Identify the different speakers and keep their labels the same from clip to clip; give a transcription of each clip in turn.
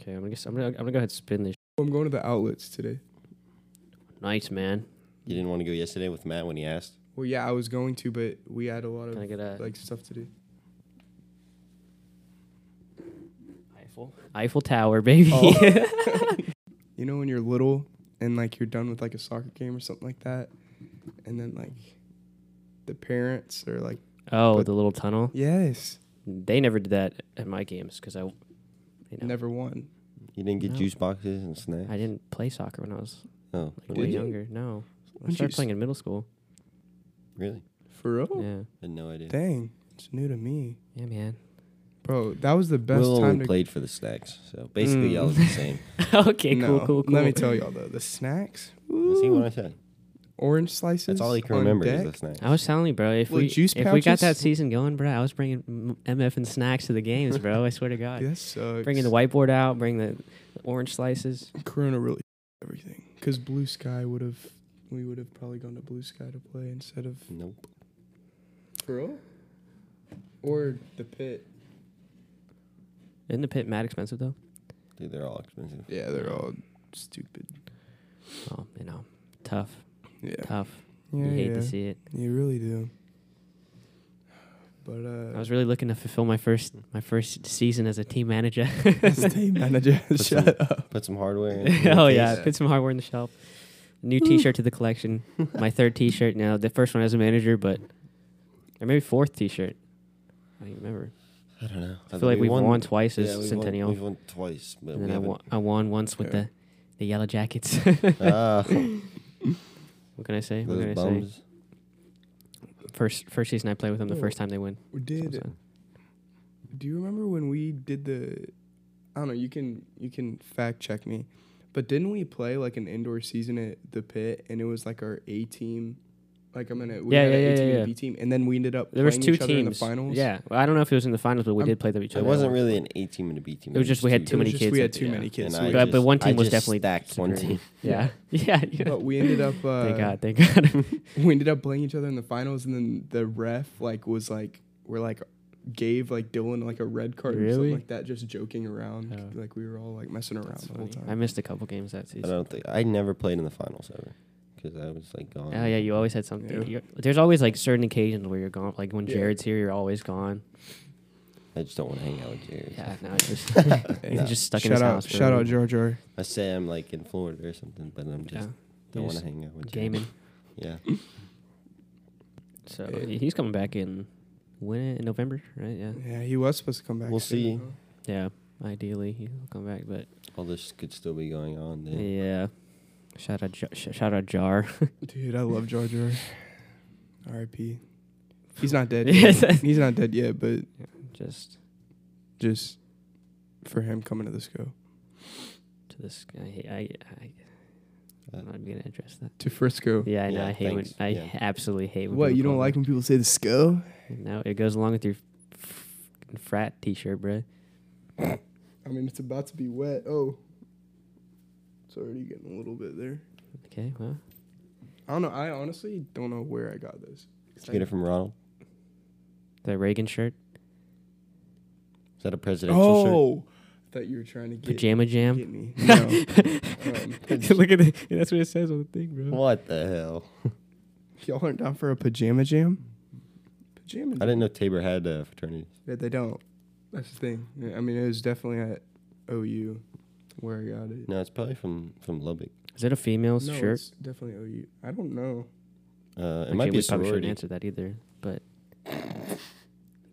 Speaker 1: Okay, I'm gonna guess, I'm gonna I'm gonna go ahead and spin this.
Speaker 2: I'm going to the outlets today.
Speaker 1: Nice man.
Speaker 3: You didn't want to go yesterday with Matt when he asked.
Speaker 2: Well, yeah, I was going to, but we had a lot
Speaker 1: Can I
Speaker 2: of
Speaker 1: get a
Speaker 2: like stuff to do.
Speaker 1: Eiffel? Eiffel Tower, baby.
Speaker 2: Oh. You know, when you're little and like you're done with like a soccer game or something like that, and then like the parents are like,
Speaker 1: oh,
Speaker 2: But-
Speaker 1: the little tunnel.
Speaker 2: "Yes,
Speaker 1: They never did that at my games because I, you know,
Speaker 2: never won."
Speaker 3: You didn't get
Speaker 1: No.
Speaker 3: juice boxes and snacks.
Speaker 1: I didn't play soccer when I was
Speaker 3: oh,
Speaker 1: like,
Speaker 2: Did
Speaker 1: way
Speaker 2: you?
Speaker 1: younger. No, I
Speaker 2: When'd you
Speaker 1: started playing
Speaker 2: s-
Speaker 1: in middle school.
Speaker 3: really?
Speaker 2: For real?
Speaker 1: Yeah,
Speaker 3: I had no idea.
Speaker 2: Dang, it's new to me,
Speaker 1: yeah, man.
Speaker 2: bro. That was the best
Speaker 3: Will
Speaker 2: time
Speaker 3: only
Speaker 2: to.
Speaker 3: played for the snacks, so basically
Speaker 1: Mm.
Speaker 3: y'all was the same.
Speaker 1: okay,
Speaker 2: No,
Speaker 1: cool, cool, cool.
Speaker 2: Let me tell y'all though, the snacks,
Speaker 3: See what I said?
Speaker 2: orange slices.
Speaker 3: That's all he can
Speaker 2: on
Speaker 3: remember is
Speaker 2: deck.
Speaker 3: the snacks.
Speaker 1: I was telling you, bro. If
Speaker 2: Little
Speaker 1: we
Speaker 2: juice
Speaker 1: if we got that
Speaker 2: pouches.
Speaker 1: season going, bro, I was bringing m- MF and snacks to the games, bro. I swear to God.
Speaker 2: Dude, that sucks.
Speaker 1: Bringing the whiteboard out, bring the the orange slices.
Speaker 2: Corona really everything. Because Blue Sky would have, we would have probably gone to Blue Sky to play instead of
Speaker 3: Nope.
Speaker 2: For real? Or the pit?
Speaker 1: Isn't the pit mad expensive though?
Speaker 3: Dude, they're all expensive.
Speaker 2: Yeah, they're all stupid.
Speaker 1: Oh, you know, tough,
Speaker 2: Yeah,
Speaker 1: tough.
Speaker 2: yeah,
Speaker 1: you hate
Speaker 2: yeah.
Speaker 1: to see it.
Speaker 2: You really do. But uh,
Speaker 1: I was really looking to fulfill my first my first season as a team manager.
Speaker 2: as team uh, manager.
Speaker 3: Put some-
Speaker 2: Shut up.
Speaker 3: Put some hardware. in the
Speaker 1: oh yeah,
Speaker 3: case.
Speaker 1: put some hardware in the shelf. New T-shirt to the collection. My third T-shirt now. The first one as a manager, but or maybe fourth T-shirt. I don't even remember.
Speaker 3: I don't know.
Speaker 1: I feel like we've won, twice as
Speaker 3: yeah, we've
Speaker 1: Centennial,
Speaker 3: Won, we've won twice, but
Speaker 1: and
Speaker 3: we
Speaker 1: then I
Speaker 3: haven't.
Speaker 1: won, I won once with
Speaker 2: Yeah.
Speaker 1: the the Yellow Jackets.
Speaker 3: Ah,
Speaker 1: what can I say? What
Speaker 3: those
Speaker 1: can I say?
Speaker 3: bums.
Speaker 1: First first season I played with them, the
Speaker 2: Oh,
Speaker 1: first time they win. So I'm
Speaker 2: Did
Speaker 1: saying.
Speaker 2: do you remember when we did the? I don't know. You can you can fact check me, but didn't we play like an indoor season at the pit and it was like our A team, like I'm gonna we
Speaker 1: Yeah,
Speaker 2: had an
Speaker 1: yeah,
Speaker 2: A
Speaker 1: yeah,
Speaker 2: team
Speaker 1: yeah.
Speaker 2: and B team, and then we ended up
Speaker 1: There was
Speaker 2: playing
Speaker 1: two
Speaker 2: each other
Speaker 1: teams
Speaker 2: in the finals.
Speaker 1: Yeah, well, I don't know if it was in the finals, but we
Speaker 2: I'm-
Speaker 1: did play them each
Speaker 3: It
Speaker 1: other.
Speaker 3: wasn't really an A team and a B team.
Speaker 1: It was just we had
Speaker 2: It
Speaker 1: too
Speaker 2: was
Speaker 1: many
Speaker 2: just
Speaker 1: kids
Speaker 2: We
Speaker 1: at
Speaker 2: had
Speaker 1: the-
Speaker 2: too
Speaker 1: yeah.
Speaker 2: many kids.
Speaker 3: And
Speaker 2: so
Speaker 3: I
Speaker 2: we
Speaker 1: But-
Speaker 3: just,
Speaker 1: but one team
Speaker 3: I
Speaker 1: was
Speaker 3: just
Speaker 1: definitely
Speaker 3: stacked one
Speaker 1: superior.
Speaker 3: team.
Speaker 1: Yeah, yeah. yeah.
Speaker 2: but we ended up uh,
Speaker 1: Thank God, thank God.
Speaker 2: we ended up playing each other in the finals and then the ref like was like we're like gave like Dylan like a red card or
Speaker 1: Really?
Speaker 2: something like that just joking around
Speaker 1: Oh.
Speaker 2: like we were all like messing around the whole time.
Speaker 1: I missed a couple games that
Speaker 3: I
Speaker 1: season.
Speaker 3: don't think I never played in the finals ever because I was like gone.
Speaker 1: Oh yeah, you always had something.
Speaker 2: Yeah.
Speaker 1: You're, there's always like certain occasions where you're gone. Like when
Speaker 2: Yeah.
Speaker 1: Jared's here, you're always gone.
Speaker 3: I just don't want to hang out with Jared.
Speaker 1: Yeah, now it's just you're
Speaker 3: No.
Speaker 1: just stuck in
Speaker 2: shout
Speaker 1: his
Speaker 2: out
Speaker 1: house.
Speaker 2: shout out
Speaker 1: forever.
Speaker 2: Jar Jar.
Speaker 3: I say I'm like in Florida or something, but I'm just
Speaker 1: Yeah,
Speaker 3: don't
Speaker 1: you're
Speaker 3: want
Speaker 1: just
Speaker 3: to hang out with
Speaker 1: gaming.
Speaker 3: Jared.
Speaker 1: So
Speaker 2: Yeah.
Speaker 1: he- he's coming back in when in November, right? Yeah,
Speaker 2: Yeah, he was supposed to come back.
Speaker 3: We'll
Speaker 2: soon,
Speaker 3: see.
Speaker 2: huh?
Speaker 1: yeah. Ideally, he'll come back, but
Speaker 3: Yeah, all this could still be going on.
Speaker 1: yeah.
Speaker 3: Then.
Speaker 1: Shout out, Jar- sh- shout out Jar.
Speaker 2: Dude, I love Jar Jar. R.I.P. He's not dead.
Speaker 1: Yes.
Speaker 2: yet. He's not dead yet, but
Speaker 1: Just
Speaker 2: just for him coming to the sco
Speaker 1: to this guy, I, I, I
Speaker 3: Uh,
Speaker 1: I'm not gonna address that.
Speaker 2: to Frisco.
Speaker 1: Yeah, I know.
Speaker 3: yeah,
Speaker 1: I hate when
Speaker 3: thanks.
Speaker 1: I
Speaker 3: Yeah.
Speaker 1: absolutely hate when
Speaker 2: What
Speaker 1: people
Speaker 2: you don't
Speaker 1: call me-
Speaker 2: like when people say the sco?
Speaker 1: No, it goes along with your f- frat T-shirt, bro.
Speaker 2: I mean, it's about to be wet. Oh, it's already getting a little bit there.
Speaker 1: Okay, well,
Speaker 2: I don't know. I honestly don't know where I got this.
Speaker 3: Did you get it from Ronald?
Speaker 1: the Reagan shirt,
Speaker 3: Is that a presidential
Speaker 2: oh, I thought you were trying to get,
Speaker 1: pajama jam.
Speaker 2: get me. No. um,
Speaker 1: Look at the, that's what it says on the thing,
Speaker 3: shirt?
Speaker 1: bro.
Speaker 3: What the hell?
Speaker 2: y'all aren't down for a pajama jam? Pajama
Speaker 3: I didn't know Tabor had uh, a fraternity.
Speaker 2: Yeah, they don't. That's the thing. Yeah, I mean, it was definitely at OU where I got it.
Speaker 3: No, it's probably from from Lubbock.
Speaker 1: Is it a female's
Speaker 2: no,
Speaker 1: shirt?
Speaker 2: it's definitely OU. I don't know.
Speaker 3: Uh, it
Speaker 1: Actually,
Speaker 3: might
Speaker 1: we
Speaker 3: be a
Speaker 1: probably shouldn't
Speaker 3: sorority.
Speaker 1: answer that either, but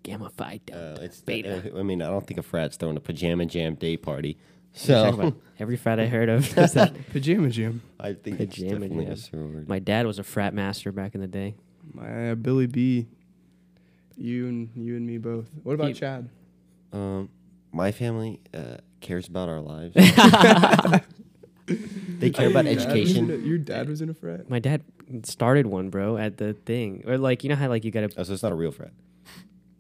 Speaker 1: Gamma Phi
Speaker 3: Uh,
Speaker 1: Delta
Speaker 3: it's the-
Speaker 1: Beta.
Speaker 3: uh, I mean, I don't think a frat's throwing a pajama jam day party.
Speaker 1: What are you talking
Speaker 3: So
Speaker 1: about? every frat I heard of, is that
Speaker 2: Pajama jam.
Speaker 3: I think it's
Speaker 1: Pajama
Speaker 3: definitely
Speaker 1: jam.
Speaker 3: a sorority.
Speaker 1: my dad was a frat master back in the day.
Speaker 2: My uh, Billy B. You and you and me both. What about
Speaker 1: You-
Speaker 2: Chad?
Speaker 3: Um, my family uh, cares about our lives. they care about
Speaker 2: Your dad was in
Speaker 3: education.
Speaker 2: a- your dad was in a frat.
Speaker 1: My dad started one, bro, at the thing, or like you know how like you gotta.
Speaker 3: Oh, so it's not a real frat.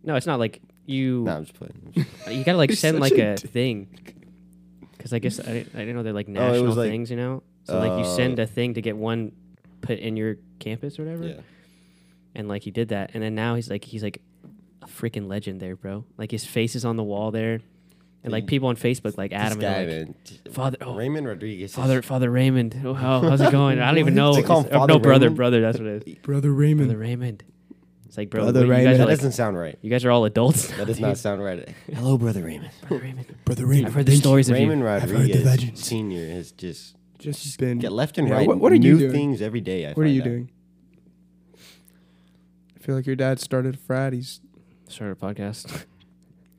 Speaker 1: No, it's not like you.
Speaker 3: No, I'm just playing. I'm just-
Speaker 1: You gotta like
Speaker 2: You're
Speaker 1: send
Speaker 2: such
Speaker 1: like
Speaker 2: a
Speaker 1: a thing. 'Cause thing, because I guess I, I didn't know they're like national
Speaker 3: Oh, was like,
Speaker 1: things, you know. So like you
Speaker 3: uh,
Speaker 1: send a thing to get one put in your campus or whatever,
Speaker 3: yeah.
Speaker 1: and like he did that, and then now he's like he's like a freaking legend there, bro. Like his face is on the wall there. and like people on Facebook like Adam
Speaker 3: this guy,
Speaker 1: and like,
Speaker 3: man. T-
Speaker 1: Father- oh.
Speaker 3: Raymond Rodriguez. is-
Speaker 1: Father Father Raymond. Oh, how, how's it going? I don't even know.
Speaker 3: They call him
Speaker 1: It's- or
Speaker 3: Father
Speaker 1: no brother,
Speaker 3: Raymond?
Speaker 1: brother. That's what it is.
Speaker 2: Brother Raymond.
Speaker 1: Brother Raymond. It's like bro,
Speaker 2: Brother
Speaker 1: what- you guys
Speaker 2: Raymond.
Speaker 1: are
Speaker 3: That
Speaker 1: like-
Speaker 3: doesn't sound right.
Speaker 1: you guys are all adults.
Speaker 3: That does not sound right. Hello, brother Raymond.
Speaker 1: Brother Raymond.
Speaker 2: Brother Raymond.
Speaker 1: I've heard the
Speaker 2: Thank you.
Speaker 1: stories of you.
Speaker 3: Raymond
Speaker 2: heard the
Speaker 3: Rodriguez
Speaker 2: legends.
Speaker 3: Senior has just
Speaker 2: Just been.
Speaker 3: get left and
Speaker 2: Yeah,
Speaker 3: right.
Speaker 2: what- what are you
Speaker 3: new
Speaker 2: doing?
Speaker 3: things every day. I
Speaker 2: What are
Speaker 3: find
Speaker 2: you
Speaker 3: out.
Speaker 2: doing? I feel like your dad started frat. He's
Speaker 1: Started a podcast.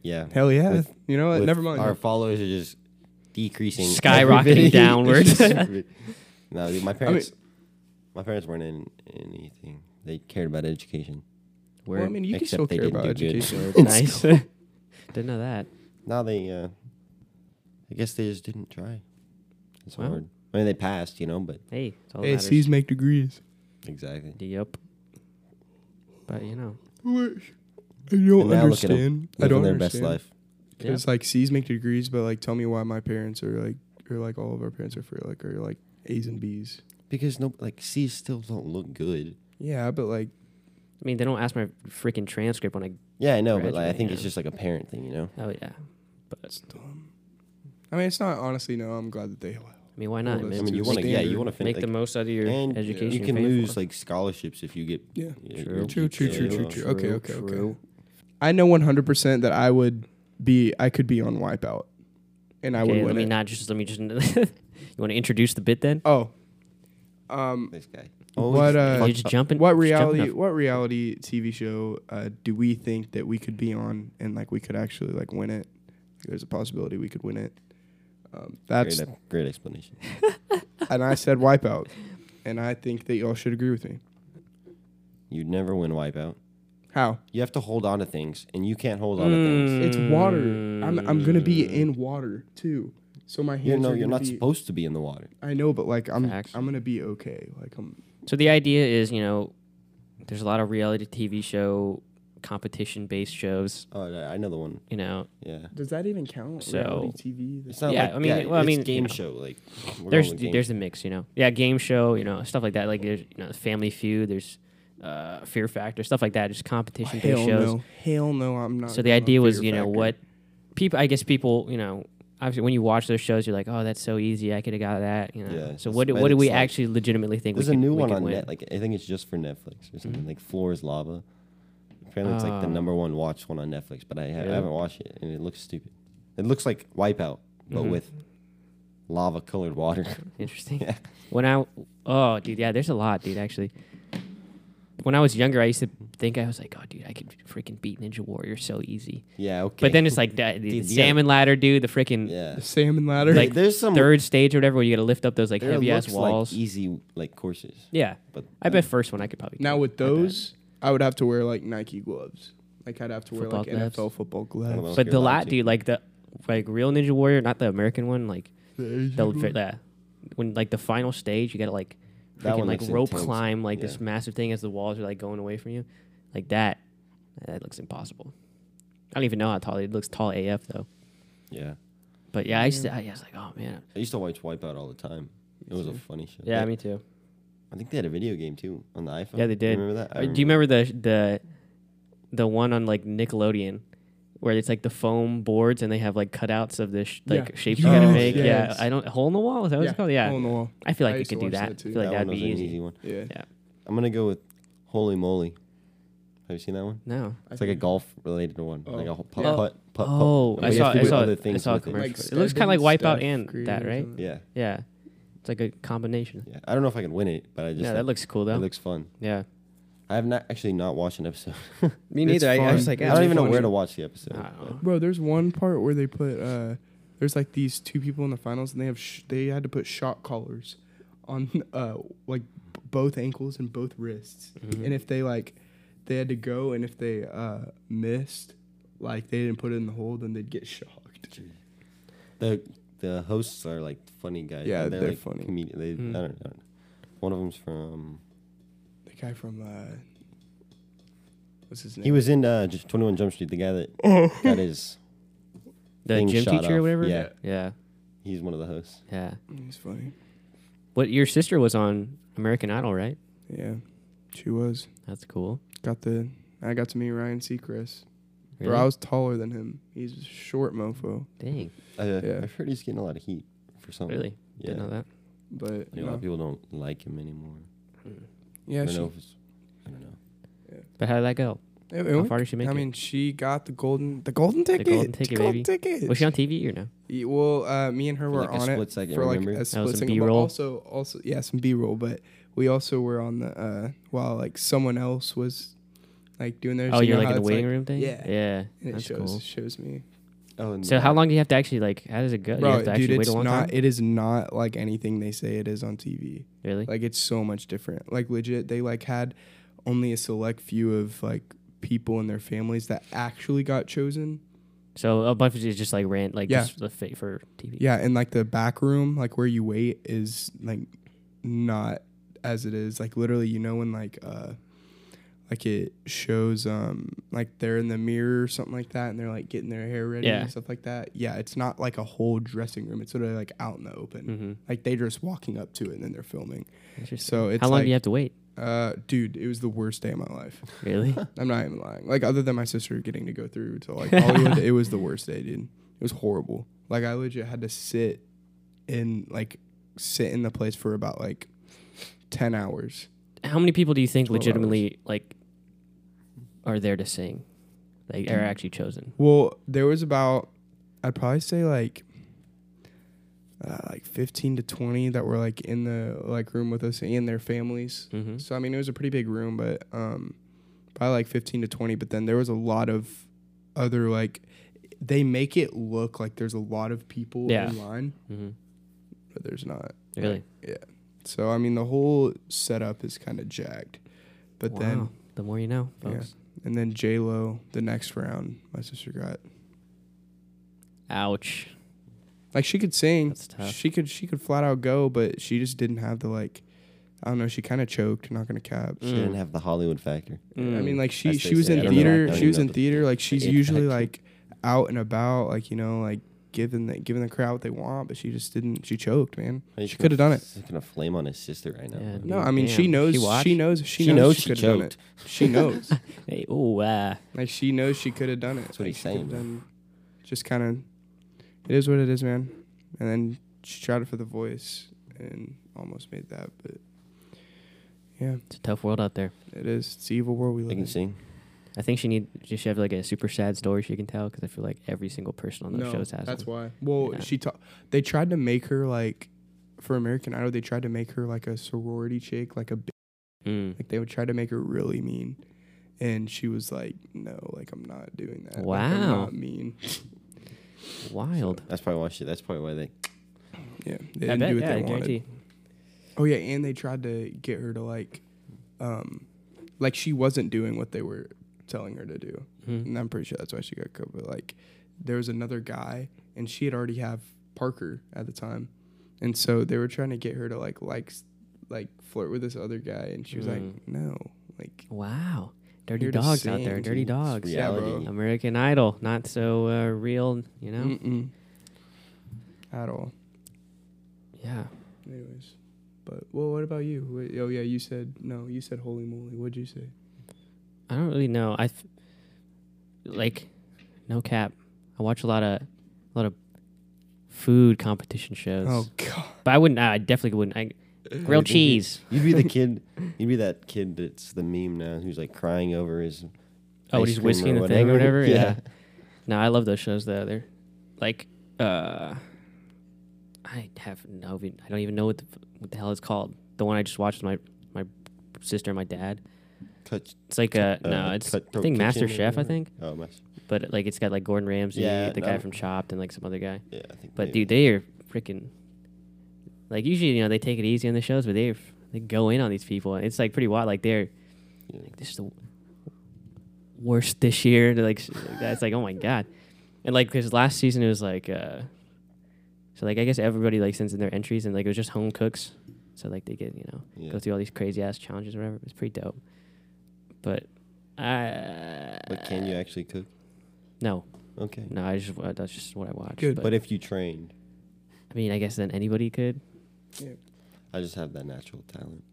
Speaker 3: Yeah.
Speaker 2: hell yeah.
Speaker 3: With-
Speaker 2: you know what?
Speaker 3: With
Speaker 2: Never mind.
Speaker 3: Our followers are just decreasing,
Speaker 1: Skyrocketing
Speaker 3: every video.
Speaker 1: downwards.
Speaker 3: It's just stupid. no, dude, my parents, my parents weren't in anything. They cared about education.
Speaker 2: well, I
Speaker 1: Word.
Speaker 2: mean, you can
Speaker 3: except
Speaker 2: still
Speaker 3: they
Speaker 2: care
Speaker 3: didn't
Speaker 2: about
Speaker 3: do good.
Speaker 2: education.
Speaker 1: nice. Didn't know that.
Speaker 3: Now they, uh, I guess they just didn't try. It's
Speaker 1: Well.
Speaker 3: hard. I mean, they passed, you know, but
Speaker 1: Hey, it's all that
Speaker 2: Hey,
Speaker 1: matters.
Speaker 2: C's make degrees.
Speaker 3: exactly.
Speaker 1: Yep. But you know,
Speaker 2: I don't
Speaker 3: And now look at 'em.
Speaker 2: understand. I
Speaker 3: Living
Speaker 2: don't
Speaker 3: their
Speaker 2: understand.
Speaker 3: best life.
Speaker 1: yeah.
Speaker 2: It's like C's make degrees, but like tell me why my parents are like or like all of our parents are for like are like A's and B's.
Speaker 3: Because no, like C's still don't look good.
Speaker 2: Yeah, but like
Speaker 1: I mean, they don't ask my freaking transcript when I.
Speaker 3: Yeah, I know, but like, I
Speaker 1: Graduate,
Speaker 3: think
Speaker 1: yeah.
Speaker 3: it's just like a parent thing, you know.
Speaker 1: Oh yeah, but
Speaker 2: still, I mean it's not honestly no, I'm glad that they
Speaker 1: I mean, why not?
Speaker 2: Well,
Speaker 1: man?
Speaker 2: that's
Speaker 3: I mean,
Speaker 2: too
Speaker 3: you want to, yeah,
Speaker 2: standard.
Speaker 3: you want to
Speaker 1: make
Speaker 3: finish.
Speaker 1: the
Speaker 3: Like,
Speaker 1: most out of your
Speaker 3: and
Speaker 1: education.
Speaker 3: you can
Speaker 1: pay
Speaker 3: lose
Speaker 1: for.
Speaker 3: like scholarships if you get.
Speaker 2: Yeah.
Speaker 3: you-
Speaker 1: True.
Speaker 2: True, true,
Speaker 3: yeah,
Speaker 2: true,
Speaker 3: you
Speaker 2: true,
Speaker 3: know.
Speaker 2: true. Okay, okay, okay.
Speaker 1: true.
Speaker 2: I know one hundred percent that I would be I could be on wipeout and I
Speaker 1: okay,
Speaker 2: would
Speaker 1: let
Speaker 2: win
Speaker 1: me
Speaker 2: it.
Speaker 1: not just let me just. you want to introduce the bit then?
Speaker 2: Oh. Um
Speaker 3: This guy.
Speaker 2: What, uh,
Speaker 1: you just jumping.
Speaker 2: what reality what reality TV show uh, do we think that we could be on and like we could actually like win it? There's a possibility we could win it. Um, that's
Speaker 3: great, ep- great explanation.
Speaker 2: and I said wipeout, and I think that y'all should agree with me.
Speaker 3: You never win wipeout.
Speaker 2: How?
Speaker 3: You have to hold on to things, and you can't hold on
Speaker 1: Hmm.
Speaker 3: to things.
Speaker 2: It's water. I'm I'm gonna be in water too. So my hands
Speaker 3: Mm. You know,
Speaker 2: are
Speaker 3: you're
Speaker 2: gonna
Speaker 3: not
Speaker 2: be-
Speaker 3: supposed to be in the water.
Speaker 2: I know, but like I'm
Speaker 1: Facts.
Speaker 2: I'm gonna be okay. Like I'm
Speaker 1: So the idea is, you know, there's a lot of reality TV show competition-based shows.
Speaker 3: Oh, I I know the one.
Speaker 1: You know,
Speaker 3: Yeah.
Speaker 2: does that even count?
Speaker 1: So-
Speaker 2: Reality TV?
Speaker 3: It's not
Speaker 1: Yeah,
Speaker 3: like,
Speaker 1: I mean,
Speaker 3: yeah,
Speaker 1: well, I
Speaker 3: it's
Speaker 1: mean, you
Speaker 3: game
Speaker 1: know,
Speaker 3: show. Like, we're
Speaker 1: there's
Speaker 3: going with game
Speaker 1: there's a mix, you know. Yeah, game show, you know, stuff like that. Like there's you know, Family Feud, there's uh, Fear Factor, stuff like that. Just competition based
Speaker 2: Hell
Speaker 1: shows.
Speaker 2: no. Hell no, I'm not.
Speaker 1: So the
Speaker 2: going on
Speaker 1: idea was,
Speaker 2: Fear
Speaker 1: you know,
Speaker 2: Factor.
Speaker 1: what people. I guess people, you know, obviously when you watch those shows, you're like, oh, that's so easy. I could have got that. You know.
Speaker 3: Yeah,
Speaker 1: so
Speaker 3: that's
Speaker 1: what do,
Speaker 3: what
Speaker 1: what do
Speaker 3: it's
Speaker 1: we
Speaker 3: like.
Speaker 1: actually legitimately think?
Speaker 3: There's
Speaker 1: we
Speaker 3: a
Speaker 1: could-
Speaker 3: new
Speaker 1: we
Speaker 3: one
Speaker 1: could
Speaker 3: on
Speaker 1: win? Mm-hmm.
Speaker 3: net. Like, I think it's just for Netflix or something. Like, Floor is Lava. Apparently, it's like the
Speaker 1: Oh.
Speaker 3: number one watched one on Netflix, but I, ha-
Speaker 1: Really?
Speaker 3: I haven't watched it, and it looks stupid. It looks like Wipeout, but
Speaker 1: Mhm.
Speaker 3: with lava colored water.
Speaker 1: Interesting. When I oh dude, yeah, there's a lot, dude. Actually, when I was younger, I used to think I was like, oh, dude, I could freaking beat Ninja Warrior so easy.
Speaker 3: yeah, okay.
Speaker 1: But then it's like that, the
Speaker 3: Dude, you gotta-
Speaker 1: salmon ladder, dude. The freaking
Speaker 3: yeah.
Speaker 2: The salmon ladder.
Speaker 1: like
Speaker 3: there's some
Speaker 1: third stage or whatever where you got to lift up those like
Speaker 3: there
Speaker 1: heavy ass
Speaker 3: looks
Speaker 1: walls.
Speaker 3: like e- Mm. easy like courses,
Speaker 1: yeah,
Speaker 3: but
Speaker 1: I bet first one I could probably.
Speaker 2: now
Speaker 1: do.
Speaker 2: with
Speaker 1: I bet.
Speaker 2: those, I would have to wear like Nike gloves. Like I'd have to wear
Speaker 1: Football
Speaker 2: like
Speaker 1: gloves.
Speaker 2: NFL football
Speaker 3: don't know.
Speaker 2: gloves.
Speaker 1: but
Speaker 3: you're
Speaker 1: the
Speaker 3: allowed
Speaker 1: lot,
Speaker 3: to.
Speaker 1: dude, like the like real Ninja Warrior, not the American one. Like the
Speaker 3: Mm-hmm.
Speaker 2: The-
Speaker 1: yeah, when like the final stage, you got to like
Speaker 3: That
Speaker 1: freaking
Speaker 3: one
Speaker 1: like
Speaker 3: looks
Speaker 1: rope
Speaker 3: intense.
Speaker 1: climb like
Speaker 3: Yeah.
Speaker 1: this massive thing as the walls are like going away from you, like that. That looks impossible. I don't even know how tall it looks. Tall AF though.
Speaker 3: yeah.
Speaker 1: But yeah, I used to. I was like, oh man.
Speaker 3: I used to watch Wipeout all the time. It was a funny show.
Speaker 1: Yeah,
Speaker 3: They-
Speaker 1: me too.
Speaker 3: I think they had a video game too on the iPhone.
Speaker 1: Yeah, they did.
Speaker 3: Remember that? I
Speaker 1: Uh, Do you remember the the the one on like Nickelodeon where it's like the foam boards and they have like cutouts of the sh-
Speaker 2: Yeah.
Speaker 1: like shapes
Speaker 2: Yes,
Speaker 1: you gotta make?
Speaker 2: yes.
Speaker 1: Yeah, I don't hole in the wall. Is that what
Speaker 2: yeah.
Speaker 1: it's called? Yeah,
Speaker 2: hole in the wall.
Speaker 1: I feel like
Speaker 2: I
Speaker 1: you
Speaker 2: used to
Speaker 1: could do
Speaker 2: watch
Speaker 1: that.
Speaker 2: that too.
Speaker 1: I feel like
Speaker 3: That
Speaker 1: that'd
Speaker 3: one
Speaker 1: be
Speaker 3: was an
Speaker 1: easy.
Speaker 3: easy one.
Speaker 2: Yeah.
Speaker 3: I'm gonna go with Holy Moly. Have you seen that one?
Speaker 1: No.
Speaker 3: It's like a golf related one, like
Speaker 2: Oh.
Speaker 3: a whole putt,
Speaker 2: Yeah.
Speaker 3: putt, putt,
Speaker 1: Oh,
Speaker 3: putt.
Speaker 1: I
Speaker 3: Like, you
Speaker 1: saw.
Speaker 3: have to
Speaker 1: I
Speaker 3: do
Speaker 1: saw.
Speaker 3: other
Speaker 1: I
Speaker 3: things
Speaker 1: saw a
Speaker 3: with it.
Speaker 1: commercial.
Speaker 2: Like
Speaker 1: it looks kind of like
Speaker 2: Stebbins,
Speaker 1: Wipeout
Speaker 2: Steph
Speaker 1: and
Speaker 2: Curry
Speaker 1: that,
Speaker 2: or
Speaker 1: right?
Speaker 2: something.
Speaker 3: Yeah,
Speaker 1: Yeah, it's like a combination.
Speaker 3: yeah. I don't know if I can win it, but I just
Speaker 1: Yeah,
Speaker 3: like-
Speaker 1: that looks cool though.
Speaker 3: it looks fun.
Speaker 1: yeah.
Speaker 3: I have not actually not watched an episode.
Speaker 1: Me
Speaker 2: It's neither. I- I fun. was like,
Speaker 3: I
Speaker 2: It's
Speaker 3: don't even know
Speaker 2: funny.
Speaker 3: where to watch the episode.
Speaker 1: I don't
Speaker 3: but-
Speaker 1: know.
Speaker 2: Bro, there's one part where they put uh there's like these two people in the finals and they have sh- they had to put shot collars on uh like b- both ankles and both wrists.
Speaker 1: Mm-hmm.
Speaker 2: And if they like they had to go and if they uh missed like they didn't put it in the hole then they'd get shocked.
Speaker 3: The the hosts are like funny guys.
Speaker 2: Yeah,
Speaker 3: and
Speaker 2: they're
Speaker 3: like
Speaker 2: funny.
Speaker 3: comedi- they,
Speaker 1: Mm.
Speaker 3: I, don't, I don't know. One of them's from.
Speaker 2: The guy from uh what's his name?
Speaker 3: He was in uh, just 21 Jump Street. The guy that got his.
Speaker 1: The
Speaker 3: Thing
Speaker 1: gym
Speaker 3: shot
Speaker 1: teacher or
Speaker 3: off.
Speaker 1: whatever.
Speaker 3: Yeah.
Speaker 1: Yeah.
Speaker 3: He's one of the hosts.
Speaker 1: Yeah.
Speaker 2: He's funny.
Speaker 1: What your sister was on American Idol, right?
Speaker 2: Yeah. She was
Speaker 1: That's cool.
Speaker 2: got the I got to meet Ryan Seacrest. Bro, I was taller than him. He's a short mofo.
Speaker 1: Dang.
Speaker 3: Uh,
Speaker 2: Yeah.
Speaker 3: I've heard he's getting a lot of heat for some.
Speaker 1: Really?
Speaker 3: Oh, Yeah.
Speaker 1: Didn't know that.
Speaker 2: But
Speaker 3: Like, A lot
Speaker 2: no.
Speaker 3: of people don't like him anymore. I
Speaker 2: yeah,
Speaker 3: don't
Speaker 2: she,
Speaker 3: know if it's. I don't know.
Speaker 1: But how did that go?
Speaker 2: it- it
Speaker 1: How
Speaker 2: went-
Speaker 1: far did she make
Speaker 2: I
Speaker 1: it?
Speaker 2: mean, she got the golden the golden ticket.
Speaker 1: golden ticket, baby.
Speaker 2: ticket.
Speaker 1: was she on TV or no?
Speaker 2: Y- Well, uh, me and her
Speaker 3: For
Speaker 2: were
Speaker 3: like a
Speaker 2: on
Speaker 3: split
Speaker 2: it
Speaker 3: second,
Speaker 2: for like
Speaker 3: remember?
Speaker 2: a
Speaker 1: was
Speaker 2: split
Speaker 1: some
Speaker 2: second, but
Speaker 1: B-roll?
Speaker 2: Also, also, yeah, some B roll. But we also were on the uh, while like someone else was like doing theirs.
Speaker 1: Oh,
Speaker 2: you
Speaker 1: you're
Speaker 2: know
Speaker 1: like
Speaker 2: how
Speaker 1: in the
Speaker 2: it's,
Speaker 1: waiting room thing.
Speaker 2: yeah.
Speaker 1: Yeah.
Speaker 2: And it
Speaker 1: That's
Speaker 2: shows
Speaker 1: cool.
Speaker 2: shows me,
Speaker 3: Oh, and
Speaker 1: So how long do you have to actually like? How does it go? you
Speaker 2: bro,
Speaker 1: have to actually
Speaker 2: dude.
Speaker 1: wait
Speaker 2: It's
Speaker 1: a long
Speaker 2: not. e-
Speaker 1: time.
Speaker 2: It is not like anything they say it is on TV.
Speaker 1: Really?
Speaker 2: Like it's so much different. Like legit, they like had only a select few of like people and their families that actually got chosen.
Speaker 1: so a bunch of it is just like rant, like
Speaker 2: Yeah.
Speaker 1: just the fa- for TV.
Speaker 2: Yeah, and like the back room, like where you wait, is like not as it is. Like literally, you know when like uh like it shows um like they're in the mirror or something like that, and they're like getting their hair ready
Speaker 1: Yeah.
Speaker 2: and stuff like that. Yeah, it's not like a whole dressing room. It's literally like out in the open.
Speaker 1: Mm-hmm.
Speaker 2: Like they're just walking up to it and then they're filming.
Speaker 1: Interesting.
Speaker 2: So it's
Speaker 1: how long
Speaker 2: like,
Speaker 1: do you have to wait?
Speaker 2: uh, dude, it was the worst day of my life.
Speaker 1: Really?
Speaker 2: I'm not even lying. Like other than my sister getting to go through to like Hollywood, it was the worst day, dude. It was horrible. Like I legit had to sit in like sit in the place for about like ten hours.
Speaker 1: how many people do you think
Speaker 2: 12 hours.
Speaker 1: legitimately like are there to sing? Like
Speaker 2: Mm.
Speaker 1: are actually chosen?
Speaker 2: Well, there was about I'd probably say like uh, like fifteen to twenty that were like in the like room with us and their families.
Speaker 1: Mm-hmm.
Speaker 2: So I mean, it was a pretty big room, but um, probably like fifteen to twenty. But then there was a lot of other like they make it look like there's a lot of people
Speaker 1: Yeah.
Speaker 2: in line,
Speaker 1: Mm-hmm.
Speaker 2: but there's not.
Speaker 1: Really?
Speaker 2: So I mean, the whole setup is kind of jagged. But then
Speaker 1: Wow. the more you know,
Speaker 2: Yeah.
Speaker 1: folks.
Speaker 2: and then J Lo, the next round, my sister got
Speaker 1: Ouch.
Speaker 2: like she could sing,
Speaker 1: That's tough.
Speaker 2: she could she could flat out go, but she just didn't have the like. I don't know. She kind of choked. Not gonna cap.
Speaker 3: She
Speaker 1: mm.
Speaker 3: didn't have the Hollywood factor.
Speaker 2: I mean, like she
Speaker 3: That's
Speaker 2: she
Speaker 3: they
Speaker 2: was
Speaker 3: say. I
Speaker 2: in
Speaker 3: don't know. I
Speaker 2: theater.
Speaker 3: don't
Speaker 2: She was
Speaker 3: know
Speaker 2: in
Speaker 3: the-
Speaker 2: theater. Like she's
Speaker 3: impact.
Speaker 2: usually like out and about. Like you know, like giving the giving the crowd what they want. But she just didn't. She choked, man.
Speaker 3: He's
Speaker 2: She
Speaker 3: gonna-
Speaker 2: coulda done it.
Speaker 3: He's gonna flame on his sister right now.
Speaker 1: Yeah.
Speaker 2: No,
Speaker 1: Mm,
Speaker 2: I mean she
Speaker 1: damn.
Speaker 2: knows.
Speaker 1: She
Speaker 2: She,
Speaker 1: watched?
Speaker 2: knows. She,
Speaker 3: She
Speaker 2: knows.
Speaker 3: knows
Speaker 2: she,
Speaker 3: she
Speaker 2: could have done
Speaker 3: choked.
Speaker 2: it. She knows.
Speaker 1: hey, oh, uh,
Speaker 2: like she knows she could have done it.
Speaker 3: That's what
Speaker 2: Like,
Speaker 3: he's
Speaker 2: she could've
Speaker 3: saying,
Speaker 2: done- Just kind of. It is what it is, man. And then she tried it for the voice and almost made that, but yeah,
Speaker 1: it's a tough world out there.
Speaker 2: it is. It's the evil world we
Speaker 3: They
Speaker 2: live
Speaker 3: can
Speaker 2: in.
Speaker 3: sing.
Speaker 1: I think she need she should have like a super sad story she can tell because I feel like every single person on those shows has.
Speaker 2: That's
Speaker 1: one.
Speaker 2: why. Well,
Speaker 1: Yeah.
Speaker 2: she taught. They tried to make her like, for American Idol, they tried to make her like a sorority chick, like a bi-
Speaker 1: Mm.
Speaker 2: like they would try to make her really mean, and she was like, no, like I'm not doing that. Like, I'm
Speaker 1: Wow.
Speaker 2: not mean.
Speaker 1: Wild.
Speaker 3: That's probably why she. That's probably why they.
Speaker 2: Yeah, they
Speaker 1: I
Speaker 2: didn't
Speaker 1: bet.
Speaker 2: do
Speaker 1: yeah,
Speaker 2: what they
Speaker 1: I
Speaker 2: wanted.
Speaker 1: guarantee.
Speaker 2: Oh yeah, and they tried to get her to like, um, like she wasn't doing what they were telling her to do.
Speaker 1: Mhm.
Speaker 2: and I'm pretty sure that's why she got cut. But like, there was another guy, and she had already have Parker at the time, and so they were trying to get her to like like s- like flirt with this other guy, and she was
Speaker 1: Mm.
Speaker 2: like, no, like
Speaker 1: Wow. Dirty
Speaker 2: Here to
Speaker 1: dogs out
Speaker 2: sing,
Speaker 1: there. Dirty
Speaker 2: dude. It's
Speaker 1: dogs.
Speaker 2: Yeah, bro.
Speaker 3: Reality.
Speaker 1: American Idol, not so uh, real, you know.
Speaker 2: mm-mm, at all.
Speaker 1: Yeah.
Speaker 2: Anyways, but well, what about you? Wha- oh yeah, you said no. You said holy moly. What'd you say?
Speaker 1: I don't really know. I th- like no cap. I watch a lot of a lot of food competition shows,
Speaker 2: Oh god,
Speaker 1: but I wouldn't. I definitely wouldn't. I,
Speaker 3: I
Speaker 1: grilled
Speaker 3: think you-
Speaker 1: cheese.
Speaker 3: You'd be the kid. You'd be that kid that's the meme now, who's like crying over his.
Speaker 1: Oh,
Speaker 3: ice
Speaker 1: he's
Speaker 3: cream
Speaker 1: whisking the
Speaker 3: or
Speaker 1: thing or
Speaker 3: whatever.
Speaker 1: whatever. Yeah.
Speaker 3: Yeah.
Speaker 1: No, I love those shows though. They're like, uh, I have no. even- I don't even know what the, what the hell it's called. The one I just watched with my my sister and my dad.
Speaker 3: Cut,
Speaker 1: It's like uh,
Speaker 3: uh,
Speaker 1: no, it's I
Speaker 3: Cutthroat
Speaker 1: think
Speaker 3: Kitchen
Speaker 1: Master
Speaker 3: or
Speaker 1: Chef. I
Speaker 3: whatever.
Speaker 1: think,
Speaker 3: oh, Master.
Speaker 1: but like it's got like Gordon Ramsay,
Speaker 3: Yeah,
Speaker 1: the guy
Speaker 3: no.
Speaker 1: from Chopped, and like some other guy.
Speaker 3: Yeah, I think.
Speaker 1: But
Speaker 3: they-
Speaker 1: dude, they are freaking like usually you know they take it easy on the shows, but they are- they go in on these people. and It's like pretty wild. Like they're
Speaker 3: Yeah.
Speaker 1: like this is the worst this year. They're like sh- like that. It's like oh my god, and like because last season it was like uh so like I guess everybody like sends in their entries and like it was just home cooks, so like they get you know
Speaker 3: Yeah.
Speaker 1: go through all these crazy ass challenges or whatever. It's pretty dope, but I
Speaker 3: But can you actually cook?
Speaker 1: no
Speaker 3: Okay.
Speaker 1: no I just uh, that's just what I watched.
Speaker 2: Good.
Speaker 1: But,
Speaker 3: But if you trained,
Speaker 1: I mean I guess then anybody could.
Speaker 3: I just have that natural talent.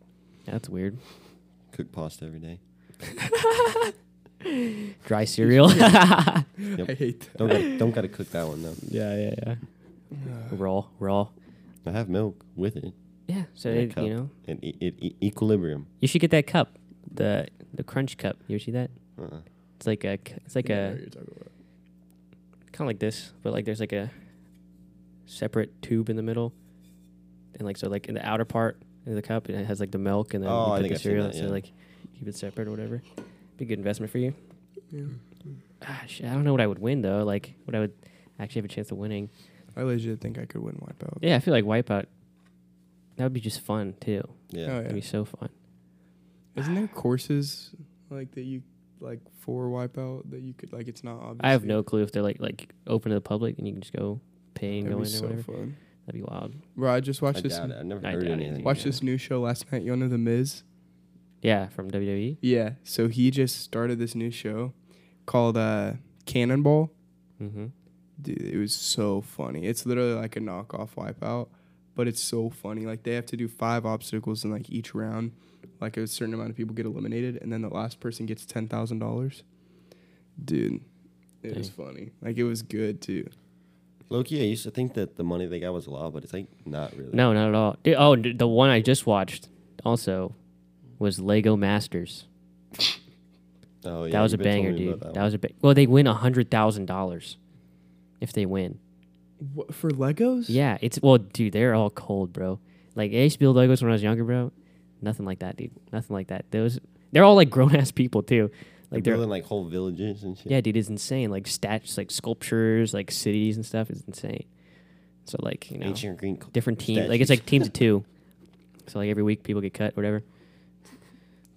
Speaker 1: That's weird.
Speaker 3: Cook pasta every day.
Speaker 1: Dry cereal. yeah,
Speaker 2: I hate
Speaker 3: Don't gotta, don't gotta cook that one though.
Speaker 1: yeah, yeah.
Speaker 2: that.
Speaker 1: Raw, raw.
Speaker 3: I have milk with it.
Speaker 1: Yeah. So
Speaker 3: in a
Speaker 1: it,
Speaker 3: cup.
Speaker 1: you know,
Speaker 3: It, it, it- equilibrium.
Speaker 1: you should get that cup, the the crunch cup. You ever see that?
Speaker 3: Uh-uh.
Speaker 1: It's like a, c- it's like
Speaker 2: Yeah, I know
Speaker 1: a
Speaker 2: what you're talking about.
Speaker 1: kind of like this, but like there's like a separate tube in the middle, and like so like in the outer part of the cup, and it has like the milk, and then
Speaker 3: Oh, I
Speaker 1: you put
Speaker 3: think
Speaker 1: the
Speaker 3: I've seen
Speaker 1: cereal,
Speaker 3: that,
Speaker 1: so
Speaker 3: yeah.
Speaker 1: like keep it separate or whatever. Be a good investment for you.
Speaker 2: Yeah.
Speaker 1: Ah, shit, I don't know what I would win though. Like what I would actually have a chance of winning.
Speaker 2: I legit think I could win Wipeout.
Speaker 1: Yeah, I feel like Wipeout. That would be just fun too.
Speaker 3: Yeah.
Speaker 1: It'd
Speaker 2: Oh,
Speaker 1: be
Speaker 2: yeah.
Speaker 1: so fun.
Speaker 2: Isn't there courses like that you like for Wipeout that you could like? It's not obvious.
Speaker 1: I have no clue if they're like like open to the public and you can just go pay and
Speaker 2: That'd
Speaker 1: go
Speaker 2: be
Speaker 1: in or
Speaker 2: so
Speaker 1: whatever.
Speaker 2: fun.
Speaker 1: That'd be wild.
Speaker 2: Bro, I just
Speaker 3: I
Speaker 2: watched this.
Speaker 3: doubt it. I've never
Speaker 1: I
Speaker 3: heard
Speaker 1: doubt it.
Speaker 3: anything.
Speaker 2: Watch
Speaker 1: Yeah.
Speaker 2: this new show last night. You know the Miz.
Speaker 1: Yeah, from E? WWE.
Speaker 2: Yeah. So he just started this new show called uh, Cannonball.
Speaker 1: Mm-hmm.
Speaker 2: Dude, it was so funny. It's literally like a knockoff wipeout, but it's so funny. Like they have to do five obstacles in like each round. Like a certain amount of people get eliminated, and then the last person gets ten thousand dollars. Dude, it was funny. Like it was good too.
Speaker 3: Loki, I used to think that the money they got was a lot, but it's like not really.
Speaker 1: No, not at all. Dude, oh, d- the one I just watched also was Lego Masters.
Speaker 3: Oh, yeah,
Speaker 1: that was a
Speaker 3: you've been telling
Speaker 1: banger,
Speaker 3: me
Speaker 1: dude.
Speaker 3: about
Speaker 1: That,
Speaker 3: one.
Speaker 1: was a ba- well. They win a hundred thousand dollars if they win.
Speaker 2: What for Legos?
Speaker 1: Yeah, it's well, dude. They're all cold, bro. Like I used to build Legos when I was younger, bro. Nothing like that, dude. Nothing like that. Those they're all like grown ass people too. Like
Speaker 3: they're
Speaker 1: they're
Speaker 3: building like whole villages and shit.
Speaker 1: yeah, dude. It's insane. Like statues, like sculptures, like cities and stuff. It's insane. So like you know,
Speaker 3: Ancient Greek.
Speaker 1: different teams. Like it's
Speaker 3: statues.
Speaker 1: like teams of two. So like every week people get cut, whatever.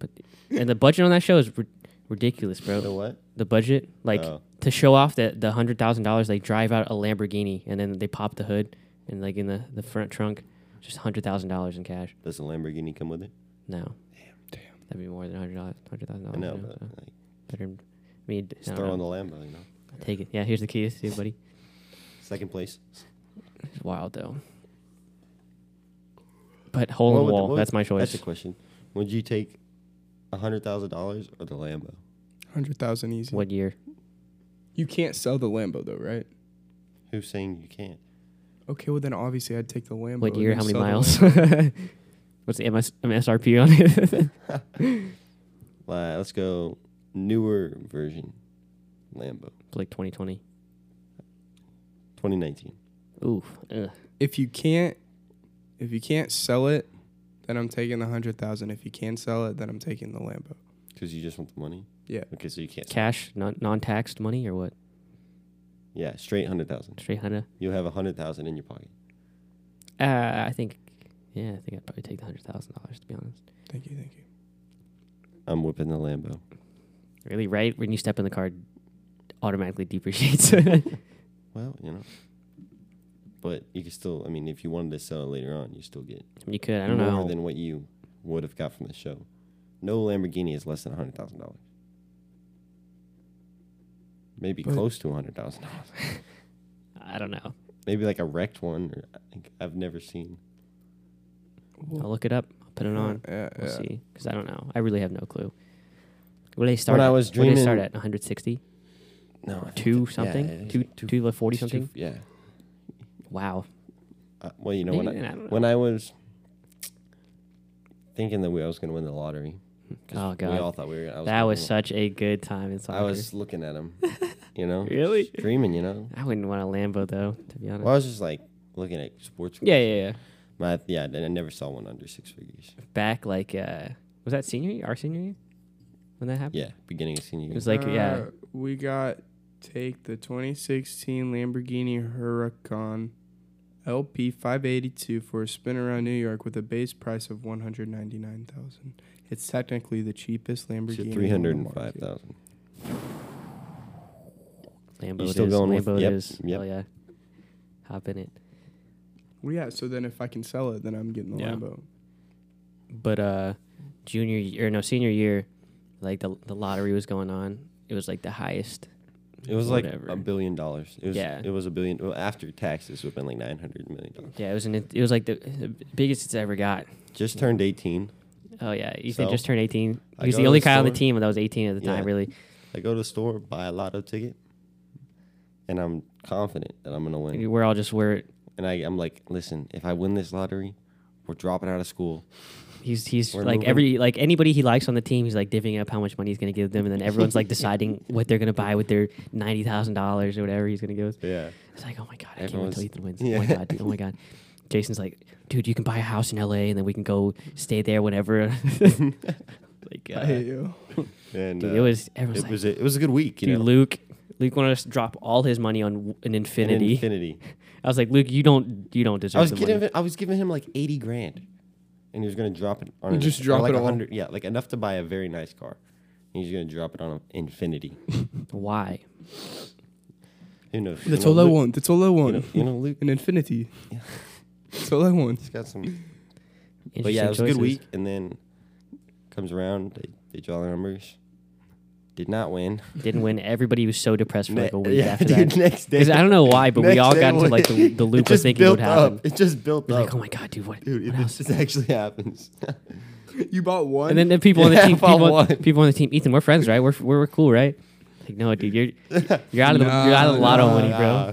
Speaker 1: But and the budget on that show is ri- ridiculous,
Speaker 3: The
Speaker 1: bro.
Speaker 3: what?
Speaker 1: The budget, like
Speaker 3: Oh.
Speaker 1: to show off the the hundred thousand dollars, they drive out a Lamborghini and then they pop the hood and like in the the front trunk, just hundred thousand dollars in cash.
Speaker 3: Does the Lamborghini come with it?
Speaker 1: No,
Speaker 2: Damn.
Speaker 1: that'd be more than hundred dollars, hundred thousand
Speaker 3: I
Speaker 1: dollars.
Speaker 3: know,
Speaker 1: you know,
Speaker 3: but
Speaker 1: so
Speaker 3: like,
Speaker 1: better. Oh, I mean, I
Speaker 3: just
Speaker 1: don't
Speaker 3: throw on
Speaker 1: know.
Speaker 3: the Lambo, you know.
Speaker 1: I'll take it. Yeah, here's the keys, too, buddy.
Speaker 3: Second place.
Speaker 1: It's wild though. But hole
Speaker 3: What
Speaker 1: in
Speaker 3: would
Speaker 1: the
Speaker 3: the-
Speaker 1: wall.
Speaker 3: what would-
Speaker 1: that's my
Speaker 3: That's
Speaker 1: choice.
Speaker 3: a question. Would you take a hundred thousand dollars or the Lambo?
Speaker 2: Hundred thousand easy.
Speaker 1: what year?
Speaker 2: You can't sell the Lambo though, right?
Speaker 3: Who's saying you can't?
Speaker 2: Okay, well then obviously I'd take the Lambo.
Speaker 1: What
Speaker 2: and
Speaker 1: year?
Speaker 2: then
Speaker 1: How many
Speaker 2: sell the
Speaker 1: miles?
Speaker 2: Lambo.
Speaker 1: What's the MS, MSRP on it?
Speaker 3: Uh, let's go newer version, Lambo,
Speaker 1: like 2020.
Speaker 3: 2019.
Speaker 1: Ooh, ugh.
Speaker 2: if you can't if you can't sell it, then I'm taking the hundred thousand. If you can sell it, then I'm taking the Lambo.
Speaker 3: Because you just want the money.
Speaker 2: Yeah.
Speaker 3: Okay, so you can't.
Speaker 1: cash, non non taxed money or what?
Speaker 3: Yeah, straight hundred thousand.
Speaker 1: Straight hundred.
Speaker 3: You'll have a hundred thousand in your pocket.
Speaker 1: Uh, I think. Yeah, I think I'd probably take the hundred thousand dollars to be honest.
Speaker 2: Thank you, thank you.
Speaker 3: I'm whipping the Lambo.
Speaker 1: Really, right when you step in the car, it automatically depreciates.
Speaker 3: Well, you know. But you can still. I mean, if you wanted to sell it later on, you still get
Speaker 1: you could. I don't
Speaker 3: more
Speaker 1: know.
Speaker 3: than what you would have got from the show. No Lamborghini is less than hundred thousand dollars. Maybe
Speaker 2: But-
Speaker 3: close to hundred thousand dollars.
Speaker 1: I don't know.
Speaker 3: Maybe like a wrecked one. Or I think I've never seen.
Speaker 1: I'll look it up. I'll put it on.
Speaker 2: Yeah,
Speaker 1: We'll
Speaker 2: yeah.
Speaker 1: see. Because I don't know. I really have no clue. What do they start?
Speaker 3: I
Speaker 1: at?
Speaker 3: was
Speaker 1: What do they start
Speaker 3: dreaming-
Speaker 1: at 160,
Speaker 3: No, I think
Speaker 1: two
Speaker 3: that- yeah,
Speaker 1: something,
Speaker 3: I think
Speaker 1: two,
Speaker 3: it's like
Speaker 1: two, two, like 40
Speaker 3: two-
Speaker 1: something.
Speaker 3: Yeah.
Speaker 1: Wow.
Speaker 3: Uh, well, you know when
Speaker 1: Maybe, I
Speaker 3: I,
Speaker 1: don't know.
Speaker 3: when I was thinking that we I was going to win the lottery. 'cause
Speaker 1: Oh,
Speaker 3: We
Speaker 1: God.
Speaker 3: all thought we were. I was
Speaker 1: that
Speaker 3: gonna
Speaker 1: was
Speaker 3: win.
Speaker 1: such a good time in soccer.
Speaker 3: I was looking at him, you know.
Speaker 1: Really?
Speaker 3: just Dreaming, you know.
Speaker 1: I wouldn't want a Lambo though, to be honest.
Speaker 3: Well, I was just like looking at sports.
Speaker 1: Yeah,
Speaker 3: cars.
Speaker 1: yeah, yeah.
Speaker 3: My, yeah. Then I never saw one under six figures.
Speaker 1: Back like uh was that senior year? Our senior year? When that happened?
Speaker 3: Yeah, beginning of senior
Speaker 1: It
Speaker 3: year.
Speaker 1: was like yeah.
Speaker 2: Uh, We got take the 2016 Lamborghini Huracan LP 582 for a spin around New York with a base price of 199,000. It's technically the cheapest Lamborghini. on the
Speaker 3: Three hundred and
Speaker 2: market.
Speaker 3: five thousand.
Speaker 1: Lambo it
Speaker 3: still
Speaker 1: is.
Speaker 3: going with-
Speaker 1: Lambo it
Speaker 3: yep,
Speaker 1: is.
Speaker 3: yep.
Speaker 1: Hell yeah. Hop in it.
Speaker 2: Well, yeah. So then, if I can sell it, then I'm getting the
Speaker 1: Yeah.
Speaker 2: Lambo.
Speaker 1: But uh junior year no, senior year, like the the lottery was going on. It was like the highest.
Speaker 3: It was like
Speaker 1: Whatever.
Speaker 3: a billion dollars. It was.
Speaker 1: Yeah.
Speaker 3: It was a billion. Well, after taxes, would have been like nine hundred million dollars.
Speaker 1: Yeah, it was an it was like the, the biggest it's ever got.
Speaker 3: Just turned eighteen.
Speaker 1: Oh yeah. Ethan
Speaker 3: So,
Speaker 1: just turned eighteen.
Speaker 3: I
Speaker 1: He was
Speaker 3: go
Speaker 1: the
Speaker 3: to
Speaker 1: only
Speaker 3: the
Speaker 1: guy on the
Speaker 3: store.
Speaker 1: team that was eighteen at the
Speaker 3: Yeah.
Speaker 1: time, really.
Speaker 3: I go to the store, buy a lotto ticket, and I'm confident that I'm gonna win.
Speaker 1: And we're all just where
Speaker 3: And I, I'm like, listen, if I win this lottery, we're dropping out of school.
Speaker 1: he's he's
Speaker 3: We're
Speaker 1: like
Speaker 3: moving.
Speaker 1: every like anybody he likes on the team, he's like divvying up how much money he's gonna give them, and then everyone's like deciding what they're gonna buy with their ninety thousand dollars or whatever he's gonna give. us.
Speaker 3: Yeah.
Speaker 1: It's like, oh my god, I
Speaker 3: Everyone's-
Speaker 1: can't wait till Ethan wins. Oh my
Speaker 3: Yeah.
Speaker 1: god, dude, oh my god. Jason's like, dude, you can buy a house in LA, and then we can go stay there whenever. like, uh,
Speaker 2: I hate you.
Speaker 3: And
Speaker 1: dude,
Speaker 3: uh,
Speaker 1: it was everyone's
Speaker 3: it
Speaker 1: like,
Speaker 3: was a, it was a good week. You
Speaker 1: dude,
Speaker 3: know,
Speaker 1: Luke. Luke wanted us to drop all his money on w- an
Speaker 3: An
Speaker 1: infinity.
Speaker 3: infinity.
Speaker 1: I was like, Luke, you don't, you don't deserve.
Speaker 3: I was
Speaker 1: the
Speaker 3: giving
Speaker 1: money.
Speaker 3: him, I was giving him like eighty grand, and he was gonna drop it on
Speaker 2: You
Speaker 3: an-
Speaker 2: just
Speaker 3: or
Speaker 2: drop
Speaker 3: like
Speaker 2: it all.
Speaker 3: 100 Yeah, like enough to buy a very nice car. And he's gonna drop it on an infinity.
Speaker 1: Why?
Speaker 3: Who knows? You
Speaker 2: That's
Speaker 3: know,
Speaker 2: all I
Speaker 3: Luke-
Speaker 2: want. That's all I
Speaker 3: You
Speaker 2: want.
Speaker 3: know, you know, Luke.
Speaker 2: An infinity. That's all I want.
Speaker 3: He's got some. But
Speaker 1: Interesting
Speaker 3: yeah, it was a
Speaker 1: choices.
Speaker 3: good week, and then comes around, they, they draw their numbers. Did not win.
Speaker 1: Didn't win. Everybody was so depressed for like a
Speaker 3: Ne-
Speaker 1: week
Speaker 3: yeah,
Speaker 1: after
Speaker 3: dude,
Speaker 1: that.
Speaker 3: Next day,
Speaker 1: Because I don't know why, but we
Speaker 3: next
Speaker 1: all
Speaker 3: day
Speaker 1: got into
Speaker 3: was-
Speaker 1: like the, the
Speaker 3: it
Speaker 1: loop of
Speaker 3: just
Speaker 1: thinking it would
Speaker 3: built up.
Speaker 1: happen.
Speaker 3: It just built
Speaker 1: We're
Speaker 3: up,
Speaker 1: like, oh my god, dude, what?
Speaker 3: dude. It,
Speaker 1: what else?
Speaker 3: this actually happens.
Speaker 2: You bought one.
Speaker 1: And then the people on the
Speaker 3: Yeah,
Speaker 1: team,
Speaker 3: if I
Speaker 1: people, on-
Speaker 3: won.
Speaker 1: people on the team, Ethan, we're friends, right? We're we're, we're cool, right? Like, no, dude, you're you're out of the you're out of the
Speaker 2: Nah,
Speaker 1: lotto
Speaker 2: nah,
Speaker 1: money, bro.
Speaker 3: Nah. uh,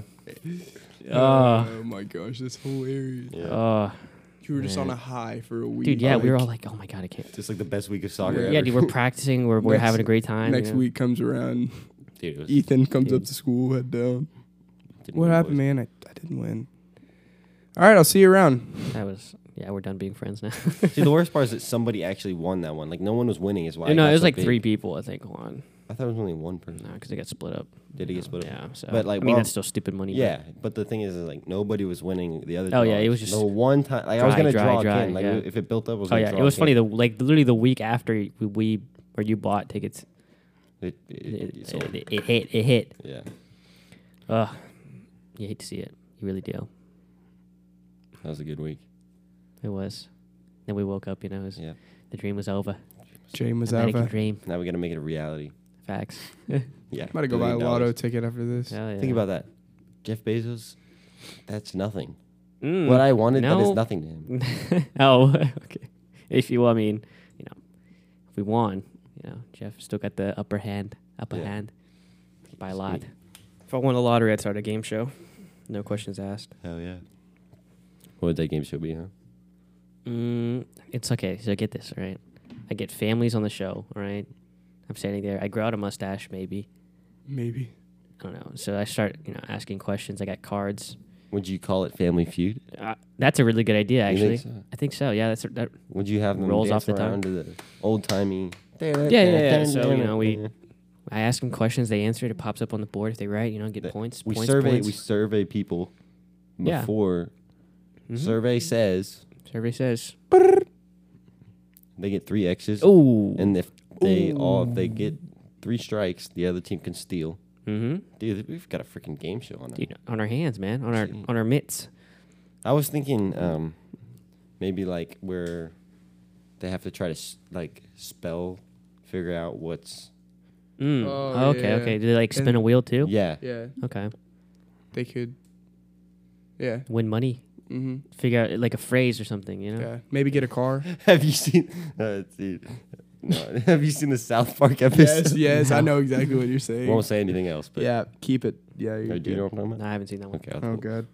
Speaker 1: Ah.
Speaker 2: oh my gosh, that's hilarious.
Speaker 3: Yeah.
Speaker 1: Oh,
Speaker 2: You were just on
Speaker 1: Man.
Speaker 2: a high for a week.
Speaker 1: dude, yeah, we were
Speaker 2: Like,
Speaker 1: all like, oh my god, I can't.
Speaker 3: Just like the best week of soccer.
Speaker 1: Yeah,
Speaker 3: ever.
Speaker 1: dude, we're practicing, we're we're
Speaker 2: Next-
Speaker 1: having a great time.
Speaker 2: Next
Speaker 1: you know?
Speaker 2: week comes around.
Speaker 3: Dude, it was-
Speaker 2: Ethan comes up
Speaker 1: Dude.
Speaker 2: to school, head down.
Speaker 3: didn't
Speaker 2: What
Speaker 3: win,
Speaker 2: happened,
Speaker 3: boys.
Speaker 2: man? I, I didn't win. All right, I'll see you around.
Speaker 1: that was yeah, we're done being friends now.
Speaker 3: See, the worst part is that somebody actually won that one. Like no one was winning. Is why.
Speaker 1: no,
Speaker 3: got
Speaker 1: it was
Speaker 3: so
Speaker 1: like
Speaker 3: big.
Speaker 1: three people, I think. One,
Speaker 3: I thought it was only one person.
Speaker 1: no, because it got split up.
Speaker 3: Did he get split up?
Speaker 1: Yeah, so
Speaker 3: But, like,
Speaker 1: I mean,
Speaker 3: well-
Speaker 1: that's still stupid money. but-
Speaker 3: Yeah, but the thing is, is like nobody was winning the other.
Speaker 1: Oh, yeah,
Speaker 3: draws.
Speaker 1: it was just
Speaker 3: the one time. Like, I was
Speaker 1: dry,
Speaker 3: gonna
Speaker 1: dry,
Speaker 3: draw
Speaker 1: dry,
Speaker 3: again. Like
Speaker 1: yeah.
Speaker 3: if it built up, I was
Speaker 1: Oh
Speaker 3: gonna
Speaker 1: yeah,
Speaker 3: draw
Speaker 1: it was funny.
Speaker 3: again.
Speaker 1: The like literally the week after we, we or you bought tickets,
Speaker 3: It, it,
Speaker 1: it,
Speaker 3: it sold.
Speaker 1: it, it hit. It hit.
Speaker 3: yeah,
Speaker 1: Ugh, you hate to see it. You really do.
Speaker 3: that was a good week.
Speaker 1: It was. Then we woke up. You know, it was,
Speaker 3: Yeah.
Speaker 1: the dream was over.
Speaker 2: Jay
Speaker 1: American
Speaker 2: Mazava.
Speaker 1: dream.
Speaker 3: Now we gotta make it a reality.
Speaker 1: Facts.
Speaker 3: Yeah,
Speaker 2: I'm about to go buy a
Speaker 3: billion
Speaker 2: lotto
Speaker 3: dollars.
Speaker 2: ticket after this.
Speaker 1: Hell yeah.
Speaker 3: Think about that, Jeff Bezos. That's nothing.
Speaker 1: Mm,
Speaker 3: What I wanted, that
Speaker 1: no.
Speaker 3: is nothing to him.
Speaker 1: oh, okay. If you, I mean, you know, if we won, you know, Jeff still got the upper hand. Upper
Speaker 3: Yeah.
Speaker 1: hand. By a lot.
Speaker 3: Sweet.
Speaker 1: If I won the lottery, I'd start a game show. No questions asked.
Speaker 3: Hell yeah. What would that game show be, huh?
Speaker 1: Mm, it's okay. So get this, all right? I get families on the show, all right? I'm standing there. I grow out a mustache, maybe.
Speaker 2: Maybe.
Speaker 1: I don't know. So I start, you know, asking questions. I got cards.
Speaker 3: Would you call it Family Feud?
Speaker 1: Uh, that's a really good idea,
Speaker 3: You
Speaker 1: actually.
Speaker 3: think so?
Speaker 1: I think so. Yeah, that's that.
Speaker 3: Would you have them
Speaker 1: Rolls off
Speaker 3: dance
Speaker 1: the tongue.
Speaker 3: around to the old timey?
Speaker 1: Yeah, yeah, yeah. So you know, we I ask them questions. They answer it. It pops up on the board. If they write, you know, get
Speaker 3: That-
Speaker 1: points.
Speaker 3: we
Speaker 1: points,
Speaker 3: survey
Speaker 1: points.
Speaker 3: we survey people
Speaker 1: Yeah.
Speaker 3: before
Speaker 1: Mhm.
Speaker 3: survey says
Speaker 1: survey says.
Speaker 3: they get three X's,
Speaker 1: Oh.
Speaker 3: and if they all if they get three strikes, the other team can steal.
Speaker 1: Mm-hmm.
Speaker 3: Dude, we've got a freaking game show on it.
Speaker 1: Dude, on our hands, man. On our
Speaker 3: Jeez.
Speaker 1: on our mitts.
Speaker 3: I was thinking, um, maybe like where they have to try to s- like spell, figure out what's
Speaker 1: Mm.
Speaker 2: Oh,
Speaker 1: okay,
Speaker 2: yeah.
Speaker 1: okay. Do they like spin
Speaker 2: And-
Speaker 1: a wheel too?
Speaker 3: yeah.
Speaker 2: Yeah,
Speaker 1: Okay.
Speaker 2: they could. Yeah.
Speaker 1: Win money.
Speaker 2: Mm-hmm.
Speaker 1: Figure out like a phrase or something. You know.
Speaker 2: Yeah. Maybe get a car.
Speaker 3: Have you seen? Uh, dude, no, have you seen the South Park
Speaker 2: yes,
Speaker 3: episode?
Speaker 2: yes. I know exactly what you're saying.
Speaker 3: Won't say anything else, but
Speaker 2: yeah. Keep it. Yeah.
Speaker 3: Uh,
Speaker 2: You're
Speaker 3: do you
Speaker 2: good.
Speaker 3: know what I'm talking
Speaker 1: No,
Speaker 3: about?
Speaker 1: I haven't seen that one.
Speaker 3: Okay, I'll
Speaker 2: Oh god.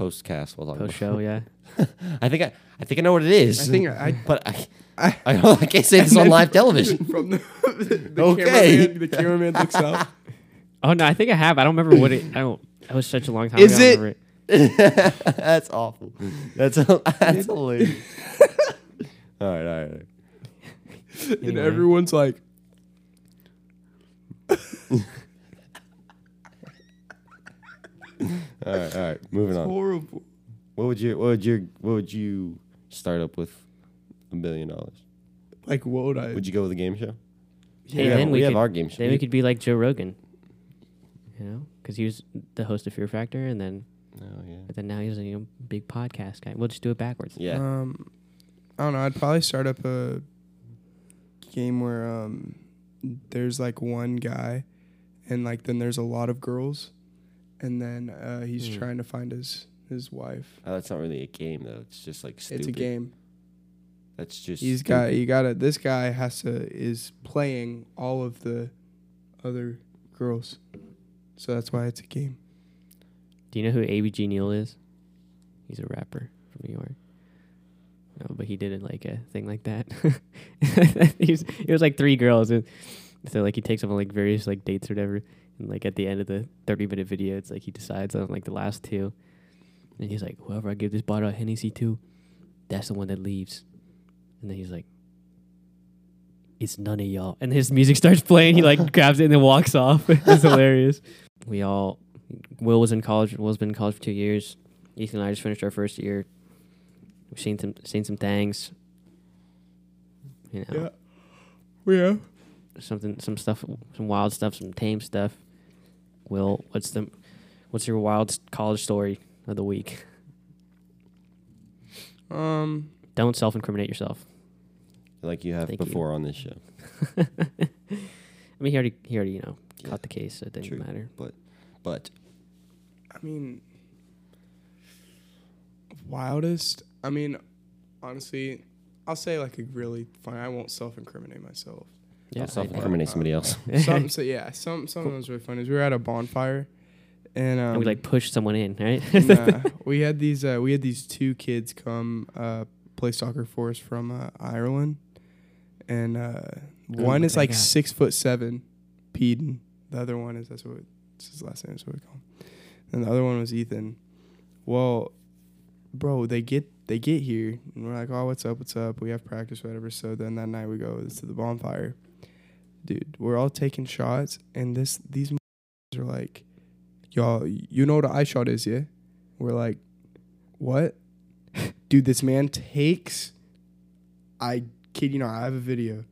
Speaker 3: postcast. We'll talk
Speaker 1: Post
Speaker 3: about.
Speaker 1: show, yeah.
Speaker 3: I think I, I think I know what it is.
Speaker 2: I think I-
Speaker 3: but I,
Speaker 2: I-
Speaker 3: I, don't, I can't say this on live television.
Speaker 2: From the, the
Speaker 3: Okay.
Speaker 2: cameraman, the cameraman looks up.
Speaker 1: Oh no, I think I have. I don't remember what it. I don't. That was such a long time
Speaker 2: Is
Speaker 1: ago. I
Speaker 2: it-
Speaker 1: don't remember
Speaker 3: that's awful. That's a, that's hilarious. all right, all right. all right.
Speaker 2: And
Speaker 1: Anyway.
Speaker 2: everyone's like,
Speaker 3: All right, all right. Moving on.
Speaker 2: horrible.
Speaker 3: What would your what would your what would you start up with a billion dollars?
Speaker 2: Like, what would I?
Speaker 3: Would you go with a game show?
Speaker 1: Hey,
Speaker 3: we have,
Speaker 1: then we
Speaker 3: have
Speaker 1: could-
Speaker 3: our game show.
Speaker 1: Then we could be like Joe Rogan, you know, because he was the host of Fear Factor, and then
Speaker 3: Oh yeah.
Speaker 1: but then now he's a you know, big podcast guy. We'll just do it backwards.
Speaker 3: Yeah.
Speaker 2: Um, I don't know. I'd probably start up a game where um, there's like one guy, and like then there's a lot of girls, and then uh, he's
Speaker 3: Hmm.
Speaker 2: trying to find his his wife.
Speaker 3: Oh, that's not really a game though. It's just like stupid.
Speaker 2: It's a game.
Speaker 3: That's just.
Speaker 2: He's got you got to This guy has to is playing all of the other girls. So that's why it's a game.
Speaker 1: Do you know who ABG Neal is? He's a rapper from New York. No, but he did it like a thing like that. he was it was like three girls, and so like he takes them on like various like dates or whatever. And like at the end of the thirty minute video, it's like he decides on like the last two, and he's like, whoever I give this bottle of Hennessy to, that's the one that leaves. And then he's like, it's none of y'all. And his music starts playing. He like grabs it and then walks off. it's hilarious. We all Will was in college. Will's been in college for two years. Ethan and I just finished our first year. We've seen some seen some things. You know,
Speaker 2: Yeah.
Speaker 1: something, some stuff, some wild stuff, some tame stuff. Will, what's the, what's your wild s- college story of the week?
Speaker 2: Um.
Speaker 1: Don't self incriminate yourself.
Speaker 3: like you have
Speaker 1: Thank you.
Speaker 3: before on this show.
Speaker 1: I mean, he already, he already, you know,
Speaker 3: Yeah,
Speaker 1: caught the case, so it didn't
Speaker 3: true.
Speaker 1: matter.
Speaker 3: But
Speaker 2: I mean, wildest. I mean, honestly, I'll say like a really fun. I won't self-incriminate myself.
Speaker 1: Yeah,
Speaker 3: I'll self
Speaker 1: I-
Speaker 3: incriminate somebody else.
Speaker 2: Some, so yeah, some something that was really funny. is We were at a bonfire, and um,
Speaker 1: and we like push someone in, right?
Speaker 2: nah, we had these uh, we had these two kids come uh, play soccer for us from uh, Ireland, and uh, one
Speaker 1: what
Speaker 2: is
Speaker 1: they
Speaker 2: like
Speaker 1: got.
Speaker 2: six foot seven, Peden. The other one is that's what it's his last name. That's what we call him. And the other one was Ethan. Well, bro, they get they get here and we're like, oh, what's up, what's up? We have practice, whatever. So then that night we go to the bonfire. Dude, we're all taking shots, and this these are like, y'all, you know what an eye shot is, yeah? We're like, what? Dude, this man takes, I kid you not, I have a video,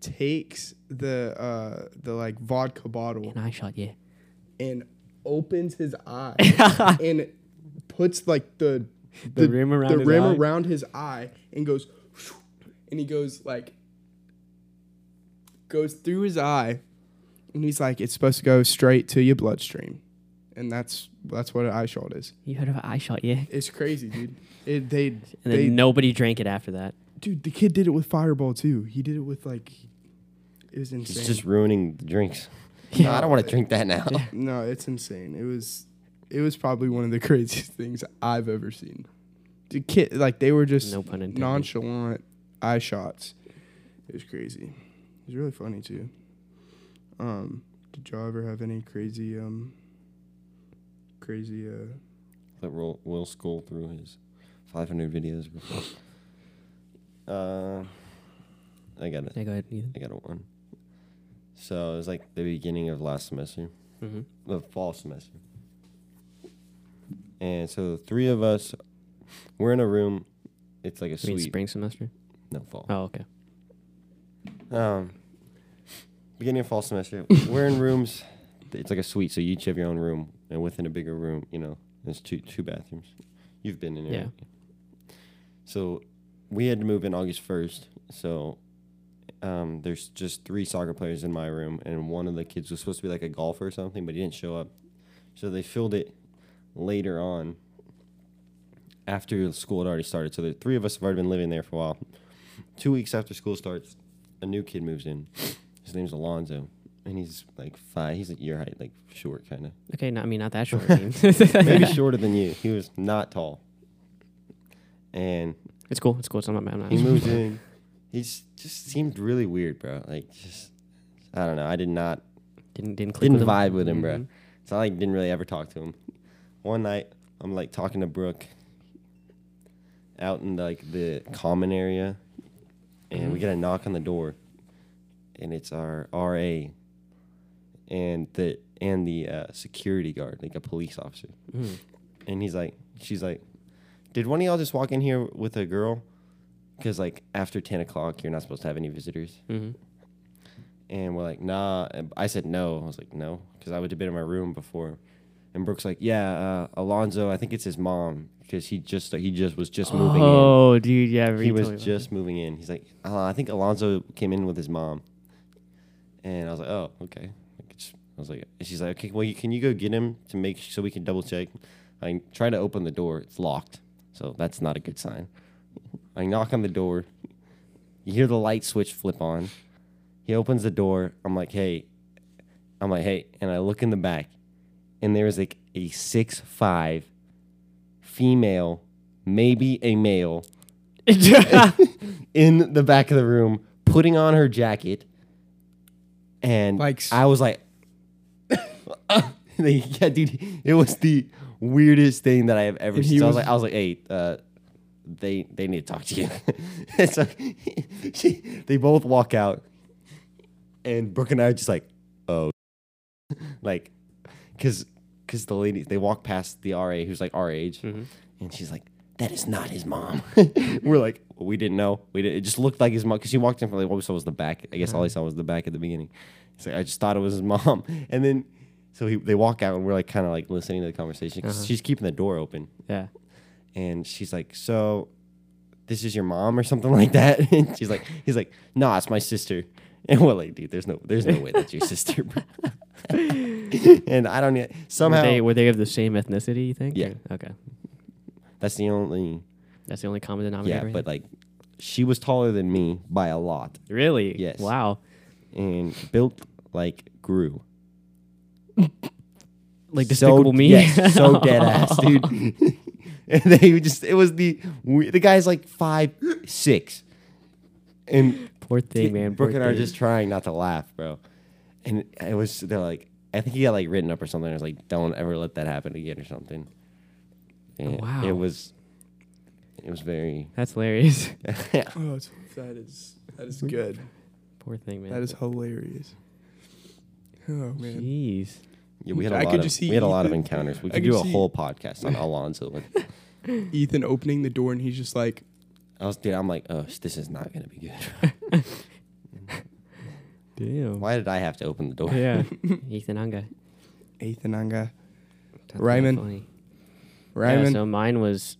Speaker 2: takes the uh the like vodka bottle
Speaker 1: and I shot you.
Speaker 2: and opens his eye and puts like the
Speaker 1: The rim around
Speaker 2: the
Speaker 1: his
Speaker 2: rim
Speaker 1: eye?
Speaker 2: around his eye and goes and he goes like goes through his eye and he's like it's supposed to go straight to your bloodstream and that's that's what an eye shot is
Speaker 1: You heard of I shot you? And
Speaker 2: it's crazy dude it, they
Speaker 1: then
Speaker 2: they
Speaker 1: nobody drank it after that.
Speaker 2: dude the kid did it with fireball too he did it with like it was insane
Speaker 3: It's just ruining the drinks.
Speaker 1: Yeah.
Speaker 3: No, I don't want to drink that now.
Speaker 2: no it's insane it was it was probably one of the craziest things i've ever seen the kid like they were just
Speaker 1: No pun intended.
Speaker 2: nonchalant eye shots. It was crazy. It was really funny too. Um, did y'all ever have any crazy um crazy uh
Speaker 3: Let Will, Will scroll through his 500 videos. real quick. Uh, I got it.
Speaker 1: Yeah, go ahead, Ethan.
Speaker 3: I got a one. So it was like the beginning of last semester,
Speaker 1: Mhm.
Speaker 3: the fall semester. And so three of us, we're in a room. It's like a
Speaker 1: You mean
Speaker 3: suite.
Speaker 1: spring semester?
Speaker 3: No fall.
Speaker 1: Oh, okay.
Speaker 3: Um, beginning of fall semester, we're in rooms. It's like a suite, so you each have your own room, and within a bigger room, you know, there's two two bathrooms. You've been in there.
Speaker 1: Yeah.
Speaker 3: right? So we had to move in August first. So um, there's just three soccer players in my room, and one of the kids was supposed to be like a golfer or something, but he didn't show up. So they filled it later on after school had already started. So the three of us have already been living there for a while. Two weeks after school starts, a new kid moves in. His name's Alonzo, and he's like five. He's like your height, like short, kind of
Speaker 1: Okay, no, I mean not that short. I mean.
Speaker 3: maybe shorter than you. He was not tall, and
Speaker 1: it's cool. It's cool. It's not my. I'm not.
Speaker 3: he moves in. He's just seemed really weird, bro. Like just, I don't know. I did not
Speaker 1: Didn't didn't click
Speaker 3: didn't
Speaker 1: with him.
Speaker 3: vibe with him, bro.
Speaker 1: Mhm.
Speaker 3: So I like, didn't really ever talk to him. One night, I'm like talking to Brooke out in like the common area, and we get a knock on the door, and it's our RA, and the and the uh, security guard, like a police officer,
Speaker 1: Mhm.
Speaker 3: and he's like, she's like, did one of y'all just walk in here with a girl? Because like after ten o'clock, you're not supposed to have any visitors.
Speaker 1: Mhm.
Speaker 3: And we're like, nah. And I said no. I was like, no, because I would have been in my room before. And Brooke's like, yeah, uh, Alonzo. I think it's his mom because he just he just was just moving in.
Speaker 1: Oh, dude, yeah.
Speaker 3: He
Speaker 1: you
Speaker 3: was
Speaker 1: told me about
Speaker 3: just moving in. He's like, uh, I think Alonzo came in with his mom. And I was like, oh, okay. Like, it's- I was like, and she's like, okay, well, you, can you go get him to make so we can double check? I try to open the door. It's locked, so that's not a good sign. I knock on the door. You hear the light switch flip on. He opens the door. I'm like, hey, I'm like, hey, and I look in the back, and there was like a six five female, maybe a male,
Speaker 1: Mm-hmm.
Speaker 3: in the back of the room putting on her jacket, and
Speaker 2: Like s-
Speaker 3: I was like, yeah, dude, it was the weirdest thing that I have ever
Speaker 2: And
Speaker 3: seen.
Speaker 2: he
Speaker 3: So I was
Speaker 2: was-
Speaker 3: like, I was like, hey, uh, they they need to talk to you. and so she, they both walk out, and Brooke and I are just like, oh, like, cause cause the lady they walk past the RA who's like our age, and she's like, that is not his mom. We're like, well, we didn't know. We didn't. It just looked like his mom because she walked in from like what we saw was the back. I guess all I saw was the back at the beginning. It's like I just thought it was his mom, and then. So he, they walk out and we're like kind of like listening to the conversation 'cause she's keeping the door open
Speaker 1: yeah.
Speaker 3: and she's like, "So, this is your mom or something like that?" And she's like, "He's like, no, nah, it's my sister." And we're like, "Dude, there's no, there's no way that's your sister." bro." and I don't yet somehow
Speaker 1: Were they, were they of the same ethnicity? You think?
Speaker 3: Yeah.
Speaker 1: Okay.
Speaker 3: that's the only
Speaker 1: That's the only common
Speaker 3: yeah.
Speaker 1: denominator.
Speaker 3: But like, she was taller than me by a lot
Speaker 1: but really,
Speaker 3: Yes.
Speaker 1: Wow.
Speaker 3: and built like grew
Speaker 1: Like despicable me.
Speaker 3: Yes, so dead ass, dude. and they just it was the we- the guy's like five six, and
Speaker 1: Poor thing, man.
Speaker 3: Brooke
Speaker 1: poor
Speaker 3: and I are
Speaker 1: thing.
Speaker 3: just trying not to laugh, bro. And it was they're like, I think he got like written up or something. I was like, don't ever let that happen again or something. And
Speaker 1: Oh, Wow.
Speaker 3: It was, it was very.
Speaker 1: That's hilarious.
Speaker 2: Oh, it's, that is that is good.
Speaker 1: poor thing, man.
Speaker 2: That is hilarious. Oh man.
Speaker 1: Jeez.
Speaker 3: Yeah, we had a
Speaker 2: I
Speaker 3: lot
Speaker 2: could
Speaker 3: of
Speaker 2: just see
Speaker 3: we had a lot of
Speaker 2: Ethan-
Speaker 3: encounters. We
Speaker 2: I
Speaker 3: could
Speaker 2: could
Speaker 3: do a
Speaker 2: see-
Speaker 3: whole podcast on Alonzo. Like,
Speaker 2: Ethan opening the door and he's just like,
Speaker 3: I was, dude, I'm like, oh, sh- this is not gonna be good.
Speaker 1: Damn.
Speaker 3: Why did I have to open the door?
Speaker 1: Yeah. Ethan Anga.
Speaker 2: Ethan Anga.
Speaker 1: That's
Speaker 2: Ryman.
Speaker 1: Funny.
Speaker 2: Ryman.
Speaker 1: Yeah, so mine was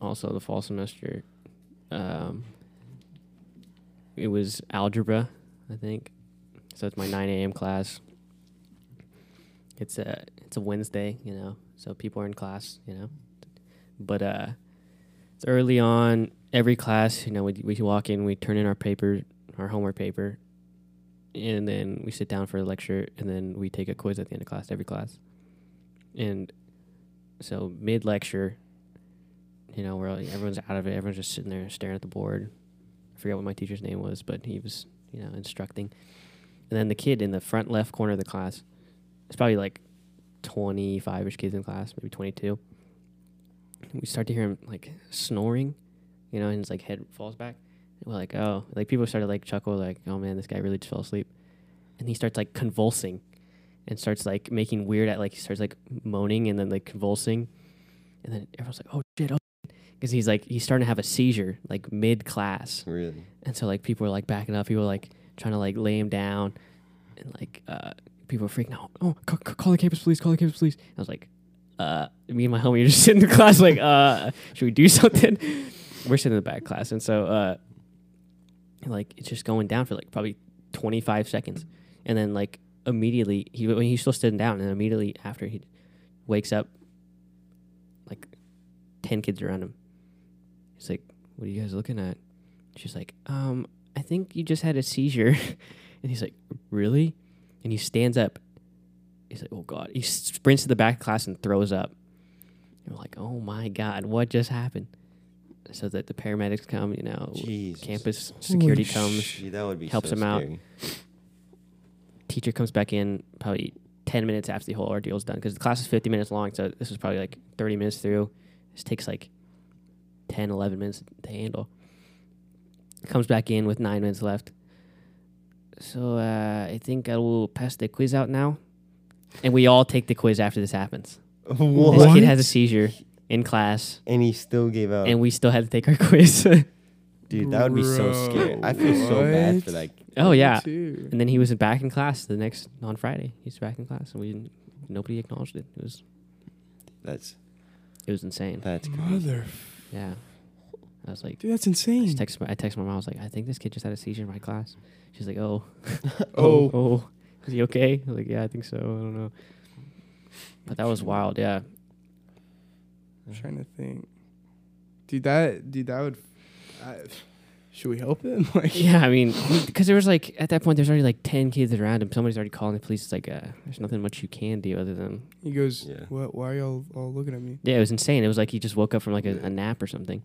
Speaker 1: also the fall semester. Um, it was algebra, I think. So it's my 9 a.m. class. It's a it's a Wednesday, you know. So people are in class, you know. But uh, it's early on. Every class, you know, we we walk in, we turn in our paper, our homework paper, and then we sit down for the lecture, and then we take a quiz at the end of class. Every class, and so mid lecture, you know, where everyone's out of it, everyone's just sitting there staring at the board. I forget what my teacher's name was, but he was, you know, instructing. And then the kid in the front left corner of the class, it's probably like 25 ish kids in class, maybe 22. We start to hear him like snoring, you know, and his like head falls back. And we're like, oh, like people started like chuckle, like, oh man, this guy really just fell asleep. And he starts like convulsing and starts like making weird at like he starts like moaning and then like convulsing and then everyone's like oh shit oh because he's like he's starting to have a seizure like mid class
Speaker 3: Really?
Speaker 1: and so like people were like backing up people were like trying to like lay him down and like uh people were freaking out oh c- c- call the campus police call the campus police i was like uh me and my homie are just sitting in the class like uh should we do something we're sitting in the back class and so uh like it's just going down for like probably 25 seconds and then like immediately he when he's still sitting down and immediately after he wakes up like 10 kids around him he's like what are you guys looking at she's like um i think you just had a seizure and he's like really and he stands up he's like oh god he sprints to the back of class and throws up and we're like oh my god what just happened so that the paramedics come you know
Speaker 3: Jesus.
Speaker 1: campus security
Speaker 2: Holy
Speaker 1: comes
Speaker 3: Gee, that would be
Speaker 1: Helps
Speaker 3: so
Speaker 1: him out.
Speaker 3: scary.
Speaker 1: teacher comes back in probably 10 minutes after the whole ordeal is done because the class is 50 minutes long so this was probably like 30 minutes through this takes like 10 11 minutes to handle comes back in with nine minutes left so uh, i think i will pass the quiz out now and we all take the quiz after this happens this kid has a seizure in class
Speaker 3: and he still gave out.
Speaker 1: and we still had to take our quiz
Speaker 3: Dude, that would be so
Speaker 2: Bro,
Speaker 3: scary. I feel so bad for
Speaker 2: what?
Speaker 3: that.
Speaker 1: oh
Speaker 2: Me
Speaker 1: yeah
Speaker 2: too.
Speaker 1: and then he was back in class the next on friday he's back in class and we didn't nobody acknowledged it it was
Speaker 3: That's
Speaker 1: It was insane.
Speaker 3: that's crazy.
Speaker 2: Mother,
Speaker 1: Yeah. I was like,
Speaker 2: dude, that's
Speaker 1: I just
Speaker 2: insane.
Speaker 1: text my, I text my mom. I was like, I think this kid just had a seizure in my class. She's like, oh,
Speaker 2: Oh,
Speaker 1: oh, is he okay? I was like, yeah, I think so. I don't know. But that was wild. Yeah. Mm-hmm.
Speaker 2: I'm trying to think, dude. That dude, that would. I, should we help him? Like,
Speaker 1: Yeah, I mean, because there was like at that point, there's already like ten kids around him. Somebody's already calling the police. It's like, uh, there's nothing much you can do other than
Speaker 2: he goes,
Speaker 3: Yeah.
Speaker 2: "What? Why are y'all all looking at me?"
Speaker 1: yeah, it was insane. It was like he just woke up from like a, a nap or something.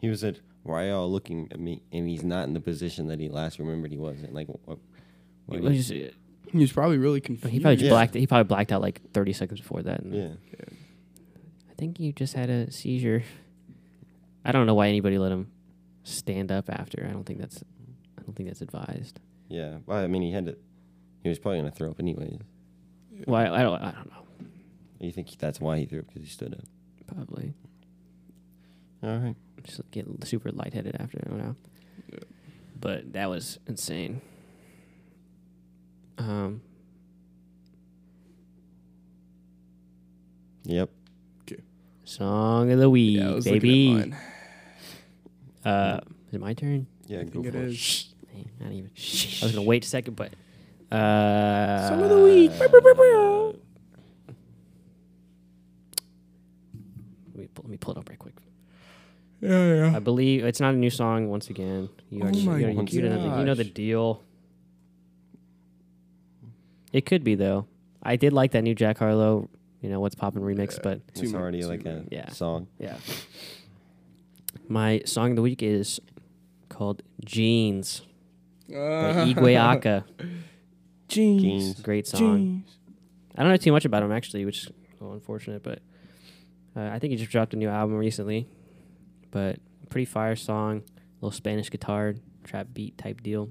Speaker 3: He was said, "Why are y'all looking at me?" And he's not in the position that he last remembered he was in. Like, what? what
Speaker 1: He,
Speaker 3: do
Speaker 1: was
Speaker 3: you-
Speaker 1: just, he
Speaker 2: He was probably really confused.
Speaker 1: Oh, probably just
Speaker 3: Yeah.
Speaker 1: blacked. He probably blacked out like 30 seconds before that. And
Speaker 3: yeah.
Speaker 1: I think you just had a seizure. I don't know why anybody let him stand up after. I don't think that's, I don't think that's advised.
Speaker 3: Yeah. Well, I mean, he had to. He was probably gonna throw up anyways.
Speaker 1: Why? I don't. I don't know.
Speaker 3: You think that's why he threw up because he stood up?
Speaker 1: Probably
Speaker 3: All right.
Speaker 1: just get super lightheaded after. I don't know.
Speaker 2: Yeah.
Speaker 1: But that was insane. Um,
Speaker 3: Yep.
Speaker 1: song of the week,
Speaker 2: Yeah, I was
Speaker 1: baby.
Speaker 2: looking at mine.
Speaker 1: Uh, is it my turn?
Speaker 3: Yeah.
Speaker 2: I
Speaker 3: Go
Speaker 2: think
Speaker 3: for
Speaker 2: it
Speaker 3: it.
Speaker 2: is.
Speaker 1: Man, I don't even. I was gonna wait a second, but uh,
Speaker 2: Song of the week.
Speaker 1: Let me, pull, let me pull it up right quick.
Speaker 2: Yeah, yeah.
Speaker 1: I believe it's not a new song. Once again, you
Speaker 2: Oh
Speaker 1: already, you,
Speaker 2: my
Speaker 1: already- you know the- you know the
Speaker 2: gosh.
Speaker 1: deal. It could be though. I did like that new Jack Harlow. You know what's popping remix,
Speaker 2: Yeah.
Speaker 1: but
Speaker 3: It's
Speaker 2: Too many-
Speaker 3: already
Speaker 2: too
Speaker 3: like a
Speaker 2: many.
Speaker 1: Yeah.
Speaker 3: song.
Speaker 1: yeah. My song of the week is called "Jeans" by Igwe Aka.
Speaker 2: Uh, Jeans.
Speaker 3: Jeans.
Speaker 1: Great song.
Speaker 2: Jeans.
Speaker 1: I don't know too much about him actually, which is a little unfortunate. But uh, I think he just dropped a new album recently. But pretty fire song, little Spanish guitar, trap beat type deal.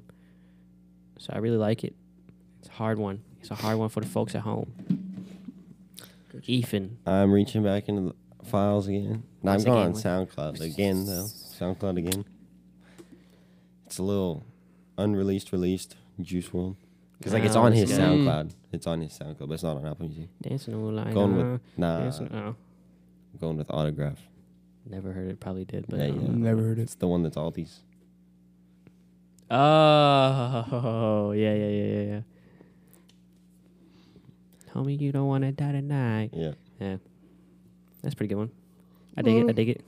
Speaker 1: So I really like it. It's a hard one. It's a hard one for the folks at home.
Speaker 2: Gotcha.
Speaker 1: Ethan,
Speaker 3: I'm reaching back into the files again. No, I'm
Speaker 1: Once
Speaker 3: going on
Speaker 1: again,
Speaker 3: SoundCloud again though. SoundCloud again. It's a little unreleased, released Juice World. Because like it's
Speaker 1: Ah,
Speaker 3: on
Speaker 1: this
Speaker 3: his
Speaker 1: guy.
Speaker 3: SoundCloud. It's on his SoundCloud, but it's not on Apple Music.
Speaker 1: dancing on the line.
Speaker 3: Going with
Speaker 1: uh,
Speaker 3: nah,
Speaker 1: dancing- oh,
Speaker 3: going with Autograph.
Speaker 1: never heard it. Probably did, but uh,
Speaker 3: Yeah,
Speaker 1: I
Speaker 3: yeah.
Speaker 1: don't know.
Speaker 2: Never heard it.
Speaker 3: It's the one that's all these.
Speaker 1: Oh, yeah, yeah, yeah, yeah, yeah. Homie, you don't want to die tonight.
Speaker 3: Yeah.
Speaker 1: That's a pretty good one. I dig it. I dig it.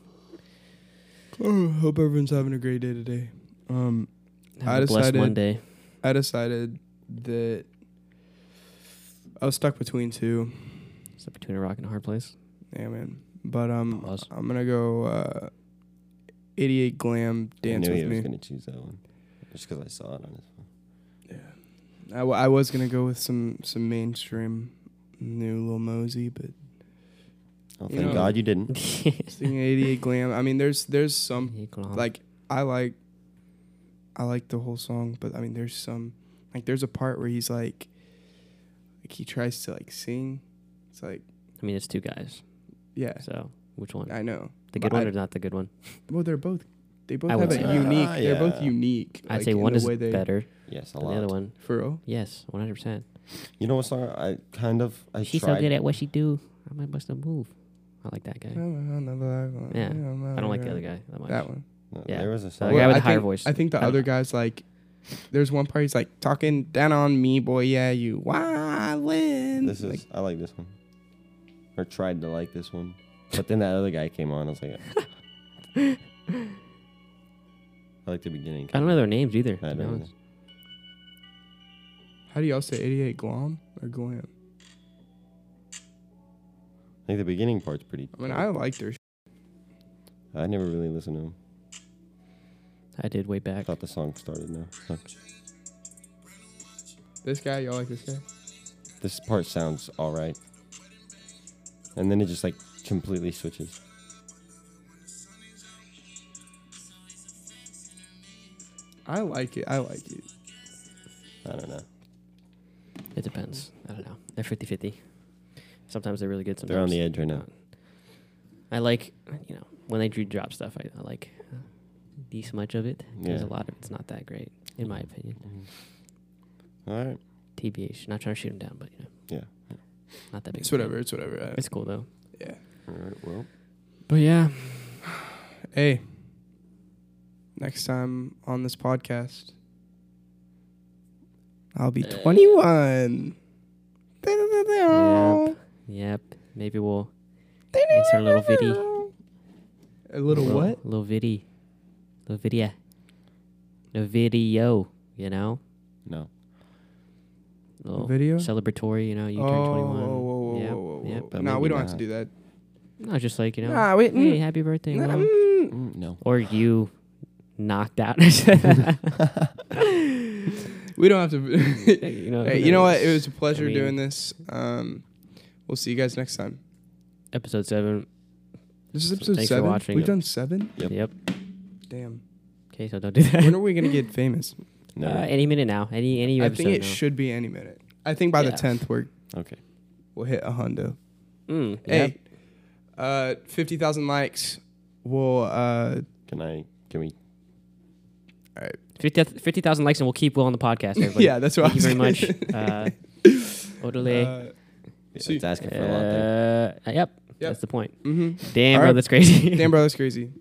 Speaker 2: Oh, hope everyone's having a great day today. Um,
Speaker 1: Have
Speaker 2: I
Speaker 1: a blessed
Speaker 2: decided-
Speaker 1: Monday.
Speaker 2: I decided that I was stuck between two.
Speaker 1: Stuck between a rock and a hard place.
Speaker 2: Yeah, man. But um,
Speaker 1: Pause.
Speaker 2: I'm gonna go uh, 88 glam dance
Speaker 3: I knew
Speaker 2: with
Speaker 3: he was
Speaker 2: me.
Speaker 3: gonna choose that one. Just because I saw it on his phone.
Speaker 2: I, w- I was gonna go with some some mainstream new Lil Mosey, but
Speaker 3: Oh,
Speaker 2: You
Speaker 3: thank
Speaker 2: know-
Speaker 3: God you didn't.
Speaker 2: singing 88 glam. I mean, there's there's some
Speaker 1: like
Speaker 2: um, like I like I like the whole song, but I mean there's some like there's a part where he's like like he tries to like sing. It's like
Speaker 1: I mean, it's two guys.
Speaker 2: yeah,
Speaker 1: So which one?
Speaker 2: I know.
Speaker 1: The
Speaker 2: but
Speaker 1: good one
Speaker 2: I-
Speaker 1: or not the good one?
Speaker 2: Well, they're both they both
Speaker 1: I
Speaker 2: have
Speaker 1: would
Speaker 2: a
Speaker 1: say- uh,
Speaker 2: unique.
Speaker 3: Ah,
Speaker 2: They're both
Speaker 3: yeah.
Speaker 2: unique.
Speaker 1: I'd
Speaker 2: like,
Speaker 1: say
Speaker 2: in
Speaker 1: one
Speaker 2: the
Speaker 1: is
Speaker 2: way they-
Speaker 1: better
Speaker 3: Yes, a
Speaker 1: than
Speaker 3: lot.
Speaker 1: the other one.
Speaker 2: For real,
Speaker 1: Yes, one hundred percent.
Speaker 3: You know what song I kind of I
Speaker 1: She's
Speaker 3: tried.
Speaker 1: so good at what she do. I might bust a move. I like that guy.
Speaker 2: Oh,
Speaker 1: Yeah, I don't like the other guy that much.
Speaker 2: That one.
Speaker 3: No,
Speaker 1: Yeah.
Speaker 3: There was a
Speaker 1: The
Speaker 3: song.
Speaker 1: guy with
Speaker 2: I
Speaker 1: the higher
Speaker 2: think,
Speaker 1: voice.
Speaker 2: I think the
Speaker 1: I don't
Speaker 2: other
Speaker 1: know.
Speaker 2: guy's like, there's one part he's like talking down on me, boy. Yeah, you wildin'.
Speaker 3: This is
Speaker 2: like,
Speaker 3: I like this one. Or tried to like this one. But then that other guy came on. I was like I like the beginning.
Speaker 1: I don't know their names either.
Speaker 3: I
Speaker 1: to be
Speaker 3: don't
Speaker 1: honest.
Speaker 2: How do y'all say 88 glom or glam?
Speaker 3: I think the beginning part's pretty
Speaker 2: I mean, I like their. Sh-
Speaker 3: I never really listened to him.
Speaker 1: I did way
Speaker 3: I
Speaker 1: back.
Speaker 3: thought the song started now. Look,
Speaker 2: this guy, y'all like this guy?
Speaker 3: this part sounds alright. And then it just like completely switches.
Speaker 2: I like it. I like it.
Speaker 3: I don't know.
Speaker 1: It depends. I don't know. They're 50-50. Sometimes they're really good. Sometimes
Speaker 3: They're on the edge right now.
Speaker 1: I like, you know, when they do drop stuff, I, I like uh, decent much of it. There's
Speaker 3: Yeah.
Speaker 1: a lot of it's not that great, in my opinion.
Speaker 2: Mm-hmm.
Speaker 3: Alright.
Speaker 1: TBH, not trying to shoot him down, but you know,
Speaker 3: Yeah.
Speaker 1: not that big.
Speaker 2: It's
Speaker 1: of a
Speaker 2: whatever.
Speaker 1: deal.
Speaker 2: It's whatever. I-
Speaker 1: It's cool though.
Speaker 2: yeah.
Speaker 3: Alright, well.
Speaker 1: But yeah,
Speaker 2: Hey. Next time on this podcast, I'll be
Speaker 1: Uh,
Speaker 2: 21.
Speaker 1: Yep. yep. Maybe we'll insert a little viddy.
Speaker 2: A little what?
Speaker 1: Little viddy. Little viddy. a video, you know,
Speaker 3: No.
Speaker 1: A little
Speaker 2: video?
Speaker 1: celebratory. You know, you
Speaker 2: oh,
Speaker 1: turn
Speaker 2: whoa,
Speaker 1: 21.
Speaker 2: whoa, whoa,
Speaker 1: Yep,
Speaker 2: whoa, whoa,
Speaker 1: yep.
Speaker 2: whoa.
Speaker 3: But
Speaker 2: No, we
Speaker 3: maybe
Speaker 2: don't have to
Speaker 3: not.
Speaker 2: do that.
Speaker 1: Not just like you know,
Speaker 2: Nah, we-
Speaker 1: hey,
Speaker 2: mm.
Speaker 1: happy birthday,
Speaker 2: Nah,
Speaker 1: Will.
Speaker 2: mm.
Speaker 3: Mm, no.
Speaker 1: or you knocked out.
Speaker 2: We don't have to.
Speaker 1: you know,
Speaker 2: hey,
Speaker 1: who
Speaker 2: you know what?
Speaker 1: knows?
Speaker 2: It was a pleasure
Speaker 1: mean-
Speaker 2: doing this. Um, we'll see you guys next time.
Speaker 1: episode seven.
Speaker 2: This is
Speaker 1: So
Speaker 2: episode
Speaker 1: thanks for
Speaker 2: seven.
Speaker 1: watching.
Speaker 2: We've done seven.
Speaker 3: Yep.
Speaker 1: Yep.
Speaker 2: Damn.
Speaker 1: Okay, so don't do that.
Speaker 2: when are we gonna get famous?
Speaker 3: No.
Speaker 1: Uh, any minute now. Any any
Speaker 2: I
Speaker 1: episode
Speaker 2: think it
Speaker 1: now.
Speaker 2: should be any minute. I think by the
Speaker 1: Yeah.
Speaker 2: tenth we're
Speaker 3: okay.
Speaker 2: we'll hit a hundo.
Speaker 1: Mm, yep.
Speaker 2: Hey, uh, fifty thousand likes. We'll uh,
Speaker 3: Can I? Can we?
Speaker 1: Fifty 50,000 likes and we'll keep Will on the podcast. Everybody.
Speaker 2: yeah, that's what
Speaker 1: Thank you
Speaker 2: I
Speaker 1: very
Speaker 2: was
Speaker 1: much. Uh, Odele.
Speaker 2: Uh, See-
Speaker 3: It's asking for a lot there.
Speaker 1: Uh, yep,
Speaker 2: Yep.
Speaker 1: that's the point.
Speaker 2: mm-hmm.
Speaker 1: Damn,
Speaker 2: All
Speaker 1: bro,
Speaker 2: right.
Speaker 1: that's crazy.
Speaker 2: Damn, bro, that's crazy.